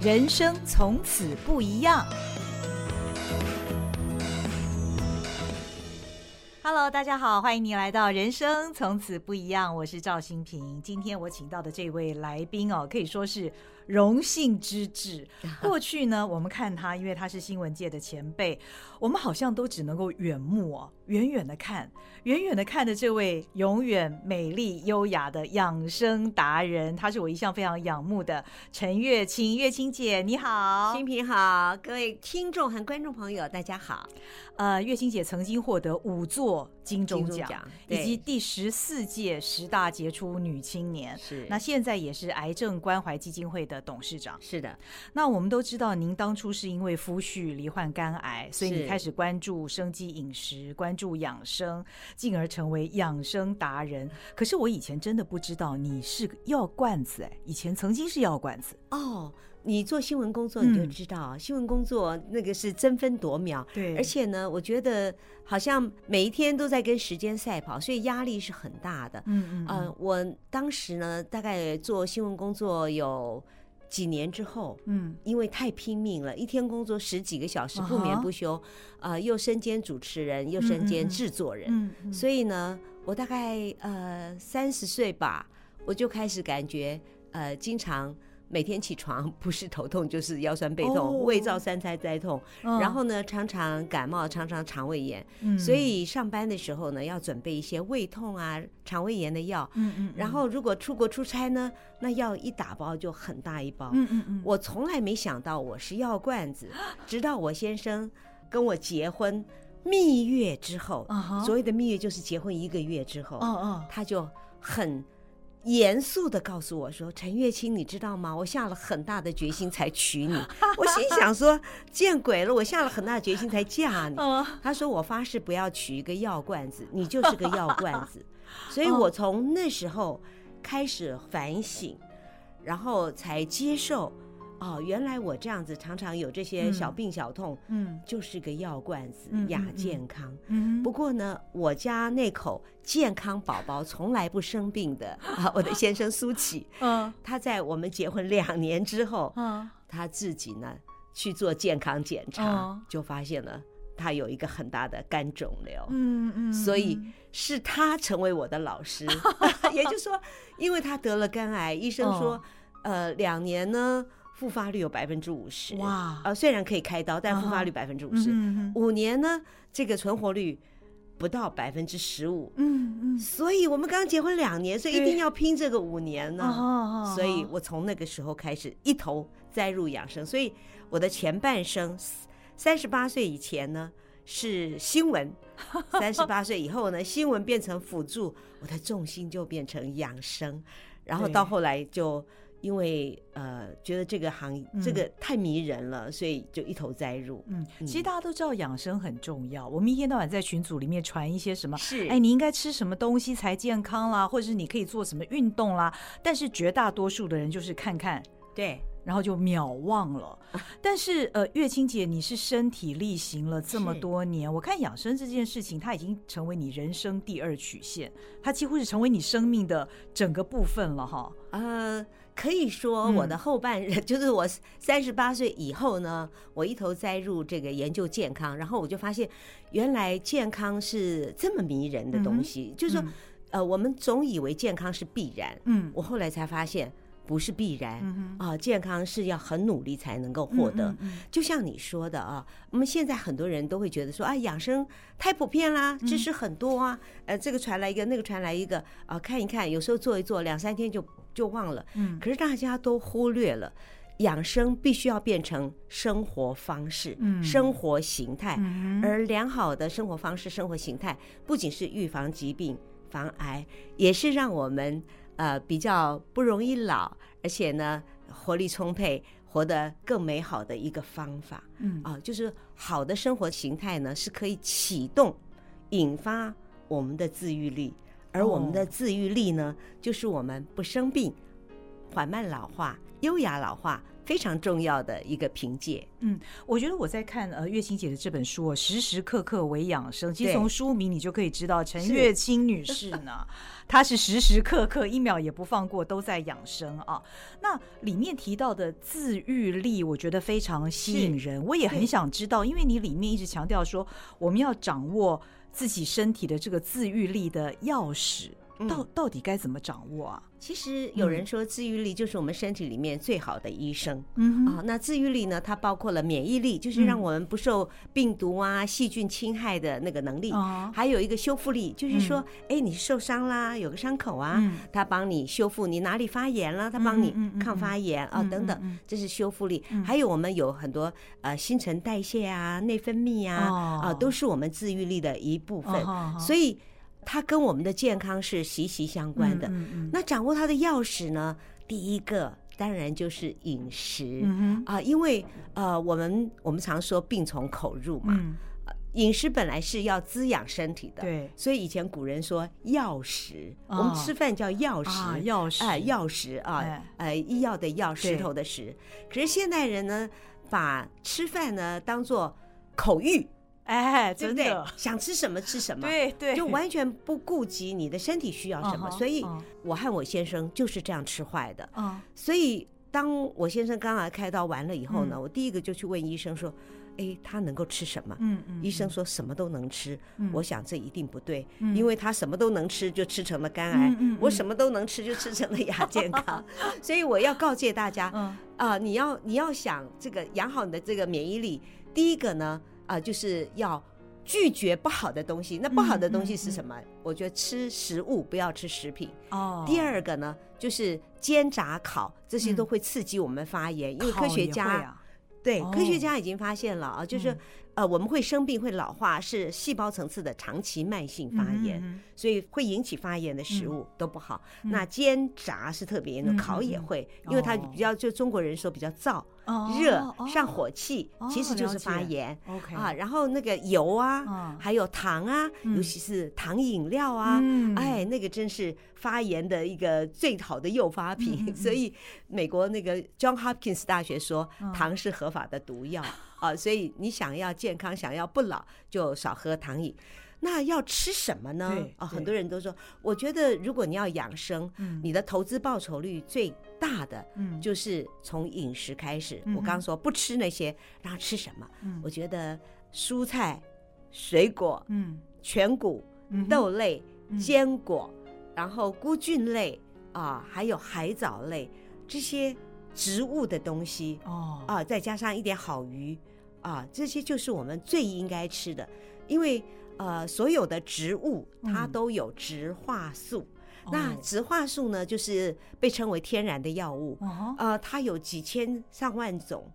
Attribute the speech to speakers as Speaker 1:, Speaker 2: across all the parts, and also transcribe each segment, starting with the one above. Speaker 1: 人生从此不一样。Hello，大家好，欢迎您来到《人生从此不一样》，我是赵新平。今天我请到的这位来宾哦，可以说是荣幸之 至。过去呢，我们看他，因为他是新闻界的前辈，我们好像都只能够远目哦，远远的看，远远的看着这位永远美丽优雅的养生达人，他是我一向非常仰慕的陈月清。月清姐，你好，
Speaker 2: 新平好，各位听众和观众朋友，大家好。
Speaker 1: 呃，月清姐曾经获得五座金钟
Speaker 2: 金钟
Speaker 1: 奖
Speaker 2: 奖，
Speaker 1: 以
Speaker 2: 对
Speaker 1: 及第十四届十大杰出女青年。
Speaker 2: 是
Speaker 1: 那现在也是癌症关怀基金会的董事长。
Speaker 2: 是的，
Speaker 1: 那我们都知道，您当初是因为夫婿罹患肝癌，所以你
Speaker 2: 是
Speaker 1: 开始关注生机饮食，关注养生，进而成为养生达人。可是我以前真的不知道你是药罐子，哎，以前曾经是药罐子，
Speaker 2: 哦，你做新闻工作你就
Speaker 1: 嗯
Speaker 2: 知道，新闻工作那个是争分夺秒，
Speaker 1: 对
Speaker 2: 而且呢，我觉得好像每一天都在跟时间赛跑，所以压力是很大的。
Speaker 1: 嗯嗯
Speaker 2: 呃，我当时呢，大概做新闻工作有几年之后。
Speaker 1: 嗯
Speaker 2: 因为太拼命了，一天工作十几个小时，不眠
Speaker 1: 啊哈
Speaker 2: 不休，呃，又身兼主持人，又身
Speaker 1: 嗯嗯
Speaker 2: 兼
Speaker 1: 嗯
Speaker 2: 制作人，
Speaker 1: 嗯嗯，
Speaker 2: 所以呢，我大概呃三十岁吧，我就开始感觉呃，经常每天起床不是头痛就是腰酸背痛，
Speaker 1: 哦
Speaker 2: 胃造三灾灾痛，
Speaker 1: 嗯
Speaker 2: 然后呢常常感冒，常常肠胃炎，
Speaker 1: 嗯
Speaker 2: 所以上班的时候呢要准备一些胃痛啊、肠胃炎的药，
Speaker 1: 嗯嗯，
Speaker 2: 然后如果出国出差呢，那药一打包就很大一包，
Speaker 1: 嗯嗯嗯，
Speaker 2: 我从来没想到我是药罐 子，直到我先生跟我结婚蜜月之后
Speaker 1: 啊哈
Speaker 2: 所谓的蜜月就是结婚一个月之后
Speaker 1: 哦哦。
Speaker 2: 他就很严肃的告诉我说：“陈月清，你知道吗？我下了很大的决心才娶你。” 我心想说：“见鬼了！我下了很大的决心才嫁你。”
Speaker 1: 嗯
Speaker 2: 他说：“我发誓不要娶一个药罐子，你就是个药罐 子。”所以，我从那时候开始反省，然后才接受。哦，原来我这样子常常有这些小
Speaker 1: 嗯
Speaker 2: 病小痛，
Speaker 1: 嗯
Speaker 2: 就是个药罐子
Speaker 1: 嗯嗯，
Speaker 2: 亚
Speaker 1: 嗯
Speaker 2: 健康。
Speaker 1: 嗯
Speaker 2: 不过呢，我家那口健康宝宝从来不生病的 啊，我的先生苏启，
Speaker 1: 嗯
Speaker 2: 他在我们结婚两年之后，
Speaker 1: 嗯
Speaker 2: 他自己呢去做健康检
Speaker 1: 哦
Speaker 2: 查，就发现了他有一个很大的肝肿瘤。
Speaker 1: 嗯嗯，
Speaker 2: 所以是他成为我的 老师， 也就是说，因为他得了肝癌，医生说，
Speaker 1: 哦
Speaker 2: 呃，两年呢复发率有百分之五十，
Speaker 1: 哇哦
Speaker 2: 呃，虽然可以开刀，但复发率百分之五十，
Speaker 1: 嗯
Speaker 2: 五年呢，这个存活率不到百分之十五，
Speaker 1: 嗯
Speaker 2: 所以我们刚结婚两年，所以一
Speaker 1: 对
Speaker 2: 定要拼这个五年
Speaker 1: 嗯，
Speaker 2: 呢。
Speaker 1: 哦
Speaker 2: 所以我从那个时候开始一头栽入养生，所以我的前半生三十八岁以前呢是新闻，三十八岁以后呢新闻变成辅助，我的重心就变成养生，然后
Speaker 1: 对
Speaker 2: 到后来就。因为呃，觉得这个行
Speaker 1: 嗯
Speaker 2: 这个太迷人了，所以就一头栽入。
Speaker 1: 嗯，其实大家都知道养生很重要，我们一天到晚在群组里面传一些什么。
Speaker 2: 是
Speaker 1: 哎，你应该吃什么东西才健康啦，或者是你可以做什么运动啦。但是绝大多数的人就是看看，
Speaker 2: 对，
Speaker 1: 然后就秒忘了。但是呃，月清姐，你是身体力行了这么
Speaker 2: 是
Speaker 1: 多年，我看养生这件事情，它已经成为你人生第二曲线，它几乎是成为你生命的整个部分了哈。
Speaker 2: 呃，可以说我的
Speaker 1: 嗯
Speaker 2: 后半人、 就是我三十八岁以后呢，我一头栽入这个研究健康，然后我就发现原来健康是这么迷人的东西，就是说、
Speaker 1: 嗯
Speaker 2: 呃，我们总以为健康是必然，
Speaker 1: 嗯，
Speaker 2: 我后来才发现不是必然啊、
Speaker 1: 嗯
Speaker 2: 健康是要很努力才能够获得。
Speaker 1: 嗯嗯
Speaker 2: 就像你说的啊，我们现在很多人都会觉得说啊，养生太普遍啦，知
Speaker 1: 嗯
Speaker 2: 识很多啊，呃，这个传来一个，那个传来一个，啊，看一看，有时候做一做，两三天就就忘了。
Speaker 1: 嗯
Speaker 2: 可是大家都忽略了，养生必须要变成生活方式、
Speaker 1: 嗯
Speaker 2: 生活形态，
Speaker 1: 嗯
Speaker 2: 而良好的生活方式、生活形态，不仅是预防疾病、防癌，也是让我们呃比较不容易老，而且呢活力充沛、活得更美好的一个方法
Speaker 1: 嗯
Speaker 2: 啊、就是好的生活形态呢，是可以启动、引发我们的自愈力，而我们
Speaker 1: 哦
Speaker 2: 的自愈力呢，就是我们不生病、缓慢老化、优雅老化非常重要的一个凭借。
Speaker 1: 我觉得我在看呃月清姐的这本书哦，时时刻刻为养生。其实
Speaker 2: 对
Speaker 1: 从书名你就可以知道，陈
Speaker 2: 是
Speaker 1: 月清女士 呢，她是时时刻刻一秒也不放过都在养生啊。那里面提到的自愈力，我觉得非常吸引人，我也很
Speaker 2: 对
Speaker 1: 想知道，因为你里面一直强调说，我们要掌握自己身体的这个自愈力的钥匙，
Speaker 2: 嗯
Speaker 1: 到到底该怎么掌握啊？
Speaker 2: 其实有
Speaker 1: 嗯
Speaker 2: 人说，自愈力就是我们身体里面最好的医生。
Speaker 1: 嗯
Speaker 2: 啊、那自愈力呢？它包括了免疫力，就是让
Speaker 1: 嗯
Speaker 2: 我们不受病毒啊、细菌侵害的那个能力，
Speaker 1: 啊，
Speaker 2: 还有一个修复力，就是说，哎、你受伤啦，有个伤口啊，
Speaker 1: 嗯
Speaker 2: 它帮你修复；你哪里发炎了，它帮你
Speaker 1: 嗯嗯嗯嗯
Speaker 2: 抗发炎啊、
Speaker 1: 嗯
Speaker 2: 等等。
Speaker 1: 嗯嗯
Speaker 2: 这是修复力，
Speaker 1: 嗯
Speaker 2: 还有我们有很多呃新陈代谢啊、内分泌啊，
Speaker 1: 哦
Speaker 2: 啊、都是我们自愈力的一部分，
Speaker 1: 哦哦
Speaker 2: 所以它跟我们的健康是息息相关的。
Speaker 1: 嗯嗯
Speaker 2: 那掌握它的钥匙呢？第一个当然就是饮食。
Speaker 1: 嗯
Speaker 2: 啊，因为呃，我们我们常说病从口入
Speaker 1: 哼
Speaker 2: 嘛，
Speaker 1: 嗯，
Speaker 2: 饮食本来是要滋养身体的，
Speaker 1: 对。
Speaker 2: 所以以前古人说药食，我
Speaker 1: 哦
Speaker 2: 们吃饭叫药食，
Speaker 1: 啊，钥匙，
Speaker 2: 哎，药食啊
Speaker 1: 哎，
Speaker 2: 呃，医药的药，
Speaker 1: 对
Speaker 2: 石头的石。可是现代人呢，把吃饭呢当做口欲，
Speaker 1: 哎，
Speaker 2: 对不
Speaker 1: 真
Speaker 2: 对
Speaker 1: 的？，
Speaker 2: 想吃什么吃什么，
Speaker 1: 对对，
Speaker 2: 就完全不顾及你的身体需要什么。
Speaker 1: 嗯哼
Speaker 2: 所以
Speaker 1: 嗯，
Speaker 2: 我和我先生就是这样吃坏的。
Speaker 1: 嗯
Speaker 2: 所以当我先生刚来开刀完了以后呢，
Speaker 1: 嗯
Speaker 2: 我第一个就去问医生说：“哎，他能够吃什么？”
Speaker 1: 嗯嗯，
Speaker 2: 医生说什么都能吃，
Speaker 1: 嗯
Speaker 2: 我想这一定不对，
Speaker 1: 嗯
Speaker 2: 因为他什么都能吃就吃成了
Speaker 1: 嗯
Speaker 2: 肝癌，
Speaker 1: 嗯嗯
Speaker 2: 我什么都能吃就吃成了 亚健 康，所以我要告诫大家啊、
Speaker 1: 嗯
Speaker 2: 你要你要想这个养好你的这个免疫力，第一个呢啊、就是要。拒绝不好的东西，那不好的东西
Speaker 1: 嗯
Speaker 2: 是什么？我觉得吃食物不要吃食品，
Speaker 1: 哦，
Speaker 2: 第二个呢，就是煎炸烤，这些
Speaker 1: 嗯
Speaker 2: 都会刺激我们发炎，因为
Speaker 1: 烤
Speaker 2: 科学
Speaker 1: 也
Speaker 2: 家、
Speaker 1: 会啊
Speaker 2: 对、
Speaker 1: 哦
Speaker 2: 科学家已经发现了啊，就是、
Speaker 1: 嗯
Speaker 2: 呃我们会生病会老化，是细胞层次的长期慢性发炎，
Speaker 1: 嗯嗯
Speaker 2: 所以会引起发炎的食物都不好。
Speaker 1: 嗯
Speaker 2: 那煎炸是特别严重，
Speaker 1: 嗯哦
Speaker 2: 烤也会，因为它比较就中国人说比较燥、
Speaker 1: 嗯嗯
Speaker 2: 热、
Speaker 1: 哦
Speaker 2: 上
Speaker 1: 哦
Speaker 2: 火气，
Speaker 1: 哦
Speaker 2: 其实就
Speaker 1: 了
Speaker 2: 是发
Speaker 1: 解
Speaker 2: 炎。
Speaker 1: OK
Speaker 2: 啊，，然后那个油啊，
Speaker 1: 嗯
Speaker 2: 还有糖啊，
Speaker 1: 嗯
Speaker 2: 尤其是糖饮料啊，
Speaker 1: 嗯
Speaker 2: 哎，那个真是发炎的一个最好的诱发品。
Speaker 1: 嗯嗯嗯
Speaker 2: 所以美国那个 John Hopkins 大学说
Speaker 1: 嗯，
Speaker 2: 糖是合法的 毒药、啊，所以你想要健康，想要不老，就少喝糖饮。那要吃什么呢
Speaker 1: 对？对
Speaker 2: 啊，很多人都说，我觉得如果你要养生，
Speaker 1: 嗯
Speaker 2: 你的投资报酬率最大的
Speaker 1: 嗯
Speaker 2: 就是从饮食开始。
Speaker 1: 嗯哼
Speaker 2: 我刚说不吃那些，然后吃什么？
Speaker 1: 嗯
Speaker 2: 我觉得蔬菜、水果、
Speaker 1: 嗯
Speaker 2: 全谷、
Speaker 1: 嗯哼
Speaker 2: 豆类、
Speaker 1: 嗯
Speaker 2: 坚果，然后菇菌类啊，还有海藻类这些植物的东西
Speaker 1: 哦
Speaker 2: 啊，再加上一点好鱼啊，这些就是我们最应该吃的，因为呃，所有的植物它
Speaker 1: 嗯
Speaker 2: 都有植化素。
Speaker 1: 哦
Speaker 2: 那植化素呢，就是被称为天然的药物，
Speaker 1: 哦
Speaker 2: 呃，它有几千上万种，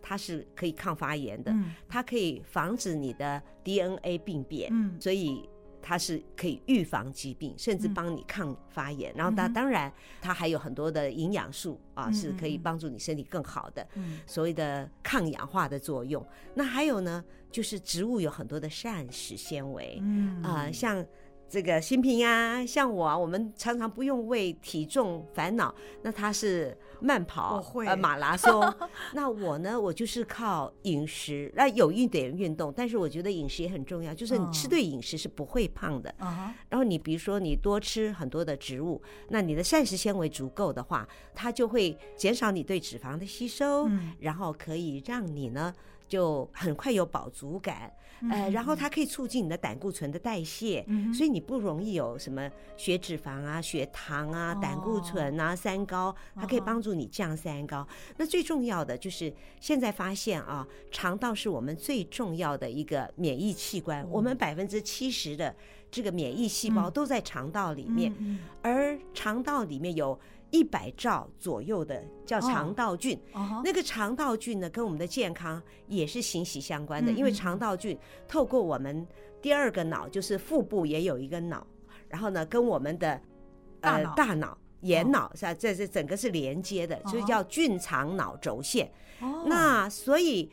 Speaker 2: 它是可以抗发炎的，
Speaker 1: 嗯
Speaker 2: 它可以防止你的 DNA 病变，
Speaker 1: 嗯
Speaker 2: 所以它是可以预防疾病，甚至
Speaker 1: 嗯
Speaker 2: 帮你抗发炎。然后它
Speaker 1: 嗯哼
Speaker 2: 当然它还有很多的营养素啊，
Speaker 1: 嗯
Speaker 2: 是可以
Speaker 1: 嗯嗯
Speaker 2: 帮助你身体更好的。
Speaker 1: 嗯
Speaker 2: 所谓的抗氧化的作用，那还有呢，就是植物有很多的膳食纤维，
Speaker 1: 嗯
Speaker 2: 啊、像这个新平啊，像我啊，我们常常不用为体重烦恼。那他是慢跑，
Speaker 1: 我会
Speaker 2: 呃马拉松。 那我呢，我就是靠饮食，那有一点运动，但是我觉得饮食也很重要，就是你
Speaker 1: 嗯
Speaker 2: 吃对饮食是不会胖的。
Speaker 1: 啊
Speaker 2: 然后你比如说你多吃很多的植物，那你的膳食纤维足够的话，它就会减少你对脂肪的吸收，
Speaker 1: 嗯
Speaker 2: 然后可以让你呢就很快有饱足感，呃，然后它可以促进你的胆固醇的代谢。
Speaker 1: 嗯
Speaker 2: 所以你不容易有什么血脂肪啊、血糖啊、
Speaker 1: 哦
Speaker 2: 胆固醇啊、三高，它可以
Speaker 1: 啊哈
Speaker 2: 帮助你降三高。那最重要的就是现在发现啊，肠道是我们最重要的一个免疫器官，我们百分之七十的这个免疫细胞
Speaker 1: 嗯
Speaker 2: 都在肠道里
Speaker 1: 以
Speaker 2: 面，而肠道里面有一百兆左右的叫
Speaker 1: 哦
Speaker 2: 肠道菌，
Speaker 1: 哦
Speaker 2: 那个肠道菌呢，跟我们的健康也是息息相关的，
Speaker 1: 嗯
Speaker 2: 因为
Speaker 1: 嗯
Speaker 2: 肠道菌透过我们第二个脑，就是腹部也有一个脑，然后呢，跟我们的呃
Speaker 1: 大脑
Speaker 2: 大脑。眼
Speaker 1: 哦
Speaker 2: 脑是吧？这这整个是连接的，所以
Speaker 1: 哦
Speaker 2: 叫菌肠脑轴线。
Speaker 1: 哦
Speaker 2: 那所以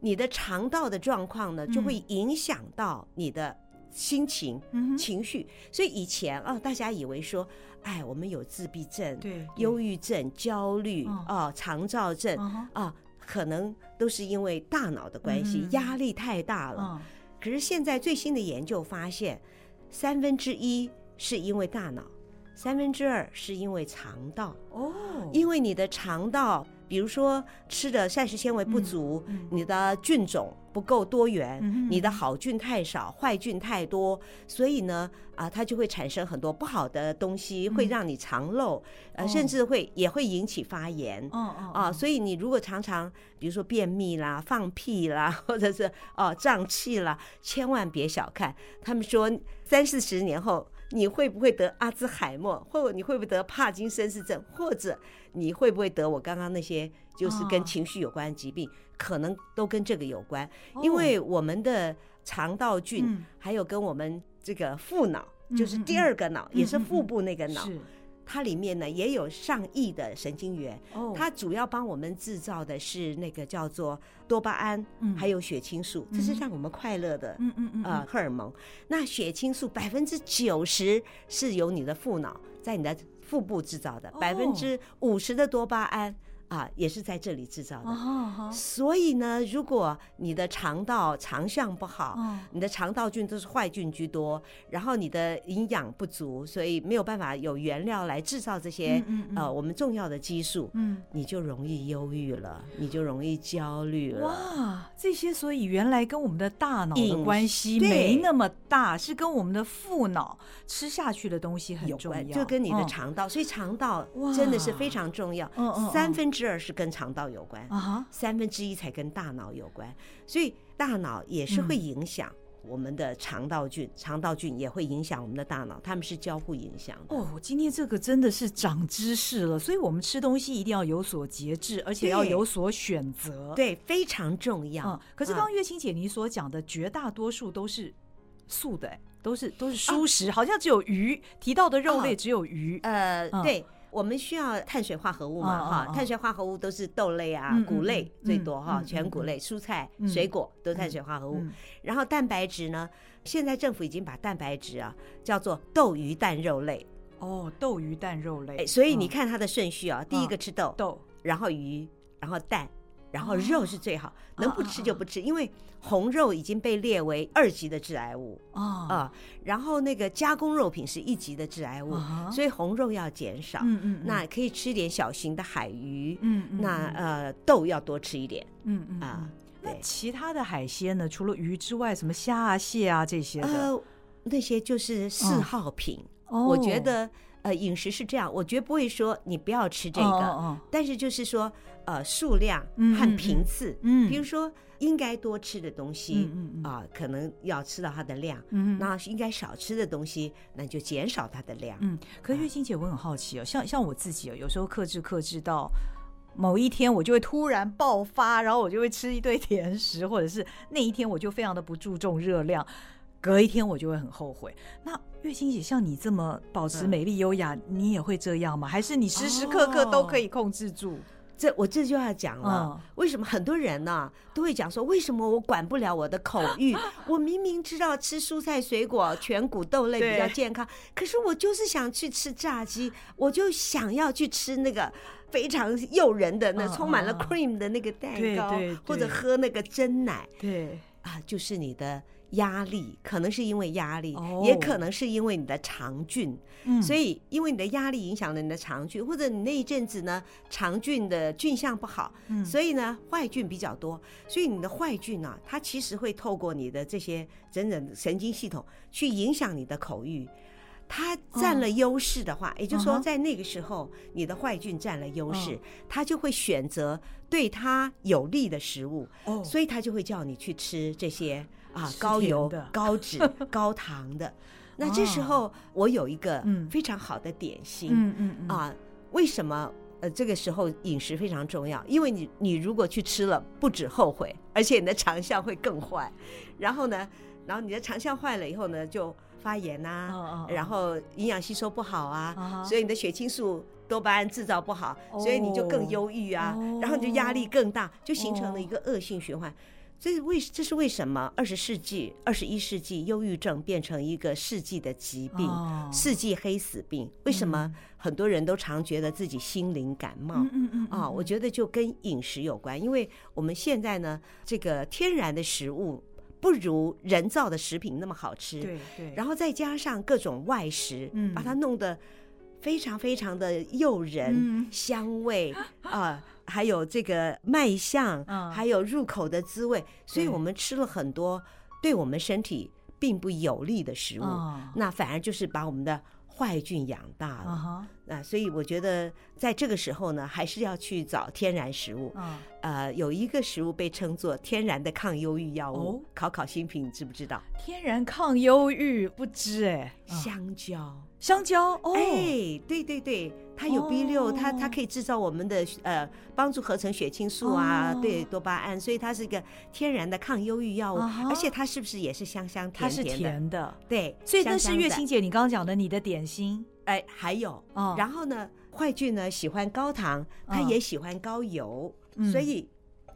Speaker 2: 你的肠道的状况呢，就
Speaker 1: 嗯
Speaker 2: 会影响到你的心情、
Speaker 1: 嗯哼，
Speaker 2: 情绪。所以以前啊、大家以为说，哎，我们有自闭症、
Speaker 1: 对，
Speaker 2: 忧郁症、焦虑
Speaker 1: 哦
Speaker 2: 啊、肠燥症啊、
Speaker 1: 嗯哼
Speaker 2: 可能都是因为大脑的关系，
Speaker 1: 嗯
Speaker 2: 压力太大
Speaker 1: 嗯，
Speaker 2: 了。可是现在最新的研究发现，三分之一是因为大脑，三分之二是因为肠道，
Speaker 1: 哦，
Speaker 2: 因为你的肠道，比如说吃的膳食纤维不足，
Speaker 1: 嗯
Speaker 2: 你的菌种不够多元，
Speaker 1: 嗯哼
Speaker 2: 你的好菌太少，坏菌太多，所以呢，啊，它就会产生很多不好的东西，会让你肠漏，
Speaker 1: 嗯
Speaker 2: 呃，
Speaker 1: 哦
Speaker 2: 甚至会也会引起发炎。
Speaker 1: 哦哦
Speaker 2: 啊，所以你如果常常比如说便秘啦、放屁啦，或者是哦胀气啦，千万别小看。他们说三四十年后，你会不会得阿兹海默，或者你会不会得帕金森氏症，或者你会不会得我刚刚那些就是
Speaker 1: 哦
Speaker 2: 跟情绪有关的疾病，可能都跟这个有关，
Speaker 1: 哦
Speaker 2: 因为我们的肠道菌、
Speaker 1: 嗯
Speaker 2: 还有跟我们这个副脑。
Speaker 1: 嗯
Speaker 2: 就是
Speaker 1: 嗯
Speaker 2: 第
Speaker 1: 嗯
Speaker 2: 二个脑，也
Speaker 1: 嗯
Speaker 2: 是
Speaker 1: 嗯
Speaker 2: 腹
Speaker 1: 嗯
Speaker 2: 部那个脑，
Speaker 1: 是
Speaker 2: 它里面呢也有上亿的神经元，
Speaker 1: 哦，
Speaker 2: 它主要帮我们制造的是那个叫做多巴胺，
Speaker 1: 嗯
Speaker 2: 还有血清素，这是让我们快乐的。
Speaker 1: 嗯嗯嗯
Speaker 2: 呃，
Speaker 1: 啊，
Speaker 2: 荷尔蒙，那血清素百分之九十是由你的腹脑在你的腹部制造的，
Speaker 1: 哦
Speaker 2: 百分之五十的多巴胺啊、也是在这里制造的。
Speaker 1: 哦
Speaker 2: 所以呢，如果你的肠道肠相不好，
Speaker 1: 哦
Speaker 2: 你的肠道菌都是坏菌居多，然后你的营养不足，所以没有办法有原料来制造这些、
Speaker 1: 嗯嗯嗯
Speaker 2: 呃我们重要的激素。
Speaker 1: 嗯。
Speaker 2: 你就容易忧郁了，你就容易焦虑了。
Speaker 1: 哇，这些所以原来跟我们的大脑的
Speaker 2: 饮食
Speaker 1: 关系
Speaker 2: 对
Speaker 1: 没那么大，是跟我们的副脑吃下去的东西很
Speaker 2: 有
Speaker 1: 重
Speaker 2: 关
Speaker 1: 要，
Speaker 2: 就跟你的
Speaker 1: 嗯
Speaker 2: 肠道，所以肠道
Speaker 1: 哇
Speaker 2: 真的是非常重要
Speaker 1: 嗯嗯嗯。
Speaker 2: 三分之二是跟肠道有关，
Speaker 1: 啊哈，
Speaker 2: 三分之一才跟大脑有关，所以大脑也是
Speaker 1: 嗯
Speaker 2: 会影响我们的肠道菌，肠道菌也会影响我们的大脑，它们是交互影响的。
Speaker 1: 哦，今天这个真的是长知识了，所以我们吃东西一定要有所节制，而且要
Speaker 2: 对
Speaker 1: 有所选择。，
Speaker 2: 对，非常重要。
Speaker 1: 嗯，可是
Speaker 2: 嗯
Speaker 1: 刚刚月清姐你所讲的绝大多数都是素的、哎都是都是
Speaker 2: 啊
Speaker 1: 蔬食，好像只有鱼提到的肉类
Speaker 2: 哦
Speaker 1: 只有鱼。
Speaker 2: 呃，
Speaker 1: 嗯
Speaker 2: 对，我们需要碳水化合物
Speaker 1: 嗯嗯
Speaker 2: 嘛，哈、
Speaker 1: 嗯
Speaker 2: 碳水化合物都是豆类啊、
Speaker 1: 嗯嗯
Speaker 2: 谷类
Speaker 1: 嗯
Speaker 2: 最多哈、
Speaker 1: 嗯嗯
Speaker 2: 全谷类、蔬菜、水果都碳水化合物、
Speaker 1: 嗯
Speaker 2: 然后蛋白质呢，现在政府已经把蛋白质啊叫做豆鱼蛋肉类，
Speaker 1: 哦，豆鱼蛋肉类，
Speaker 2: 哎，所以
Speaker 1: 嗯
Speaker 2: 你看它的顺序啊，第一个吃豆，
Speaker 1: 豆
Speaker 2: 然后鱼，然后蛋。然后
Speaker 1: 哦嗯
Speaker 2: 肉是最好，能不吃就不吃，因为红肉已经被列为二级的致癌物
Speaker 1: 啊
Speaker 2: 啊、然后那个加工肉品是一级的致癌物，
Speaker 1: 啊
Speaker 2: 所以红肉要减少。
Speaker 1: 嗯嗯，嗯
Speaker 2: 那可以吃点小型的海鱼，
Speaker 1: 嗯嗯
Speaker 2: 那
Speaker 1: 嗯
Speaker 2: 呃豆要多吃一点
Speaker 1: 嗯嗯
Speaker 2: 啊
Speaker 1: 嗯。那
Speaker 2: 对
Speaker 1: 其他的海鲜呢？除了鱼之外，什么虾啊、蟹啊这些的，
Speaker 2: 呃，那些就是嗜好品。
Speaker 1: 哦
Speaker 2: 我觉得呃饮食是这样，我绝不会说你不要吃这个，
Speaker 1: 哦哦哦
Speaker 2: 但是就是说呃数量
Speaker 1: 嗯
Speaker 2: 和频次，
Speaker 1: 嗯
Speaker 2: 比如说应该多吃的东西啊、
Speaker 1: 嗯嗯嗯
Speaker 2: 可能要吃到它的量。
Speaker 1: 嗯
Speaker 2: 那应该少吃的东西，那就减少它的量。
Speaker 1: 嗯。可是月清姐，我很好奇哦，像像我自己哦，有时候克制克制到某一天，我就会突然爆发，然后我就会吃一堆甜食，或者是那一天我就非常的不注重热量。隔一天我就会很后悔。那月清姐，像你这么保持
Speaker 2: 嗯
Speaker 1: 美丽优雅，你也会这样吗？还是你时时刻刻都可以控制住？
Speaker 2: 这我这就要讲了，
Speaker 1: 嗯
Speaker 2: 为什么很多人呢、都会讲说，为什么我管不了我的口 欲？我明明知道吃蔬菜水果、全谷豆类
Speaker 1: 对
Speaker 2: 比较健 康，可是我就是想去吃炸鸡，我就想要去吃那个非常诱人的、那
Speaker 1: 嗯
Speaker 2: 充满了
Speaker 1: 嗯嗯
Speaker 2: cream 的那个蛋
Speaker 1: 对
Speaker 2: 糕，
Speaker 1: 对
Speaker 2: 或者
Speaker 1: 对
Speaker 2: 喝那个真奶
Speaker 1: 对，
Speaker 2: 啊，就是你的。压力可能是因为压力，
Speaker 1: 哦
Speaker 2: 也可能是因为你的肠菌，
Speaker 1: 嗯
Speaker 2: 所以，因为你的压力影响了你的肠菌，或者你那一阵子呢，肠菌的菌相不好，
Speaker 1: 嗯
Speaker 2: 所以呢，坏菌比较多，所以你的坏菌啊，它其实会透过你的这些整整神经系统去影响你的口欲。它占了优势的话，也就
Speaker 1: 哦
Speaker 2: 是
Speaker 1: 嗯
Speaker 2: 说，
Speaker 1: 哼哦
Speaker 2: 在那个时候，你的坏菌占了优势，它就会选择对它有利的食物，
Speaker 1: 哦
Speaker 2: 所以它就会叫你去吃这些啊
Speaker 1: 吃
Speaker 2: 高
Speaker 1: 甜
Speaker 2: 油
Speaker 1: 的、哦
Speaker 2: 高 脂、高糖的。那这时候我有一个
Speaker 1: 嗯
Speaker 2: 非常好的点心
Speaker 1: 嗯嗯嗯
Speaker 2: 啊，为什么？呃，这个时候饮食非常重要，因为你你如果去吃了，不止后悔，而且你的肠相会更坏。然后呢，然后你的肠相坏了以后呢，就发炎呐、
Speaker 1: 嗯嗯
Speaker 2: 然后营养吸收不好啊，
Speaker 1: 啊
Speaker 2: 所以你的血清素、多巴胺制造不好，所以你就更忧郁啊，
Speaker 1: 哦
Speaker 2: 然后你就压力更大，就形成
Speaker 1: 哦
Speaker 2: 了一个恶性循环。所以为这是为什么二十世纪、二十一世纪忧郁症变成一个世纪的疾病，
Speaker 1: 哦
Speaker 2: 世纪黑死病？为什么很多人都常觉得自己心灵感冒？
Speaker 1: 嗯嗯嗯
Speaker 2: 啊、我觉得就跟饮食有关，因为我们现在呢，这个天然的食物不如人造的食品那么好吃，
Speaker 1: 对对，
Speaker 2: 然后再加上各种外食，
Speaker 1: 嗯
Speaker 2: 把它弄得非常非常的诱人，
Speaker 1: 嗯
Speaker 2: 香 味啊、还有这个卖相，
Speaker 1: 嗯
Speaker 2: 还有入口的滋味，所以
Speaker 1: 对
Speaker 2: 我们吃了很多对我们身体并不有利的食物，
Speaker 1: 哦
Speaker 2: 那反而就是把我们的坏菌养大了。
Speaker 1: 啊哈
Speaker 2: 啊，所以我觉得在这个时候呢，还是要去找天然食物。
Speaker 1: 啊
Speaker 2: 呃，有一个食物被称作天然的抗忧郁药物，
Speaker 1: 哦
Speaker 2: 考考新平，你知不知道？
Speaker 1: 天然抗忧郁不知哎、啊
Speaker 2: 香蕉。
Speaker 1: 香蕉哦，
Speaker 2: 哎，对对对，它有 B 六、它它
Speaker 1: 哦
Speaker 2: 可以制造我们的呃，帮助合成血清素啊，
Speaker 1: 哦
Speaker 2: 对多巴胺，所以它是一个天然的抗忧郁药物，
Speaker 1: 啊哈
Speaker 2: 而且它是不是也是香香
Speaker 1: 它
Speaker 2: 甜
Speaker 1: 是
Speaker 2: 甜的？
Speaker 1: 甜的，
Speaker 2: 对，
Speaker 1: 所以那是
Speaker 2: 香
Speaker 1: 月
Speaker 2: 香的
Speaker 1: 清姐你刚刚讲的你的点心
Speaker 2: 哎，还有
Speaker 1: 哦，
Speaker 2: 然后呢，坏菌呢喜欢高糖，它
Speaker 1: 嗯
Speaker 2: 也喜欢高油，
Speaker 1: 嗯
Speaker 2: 所以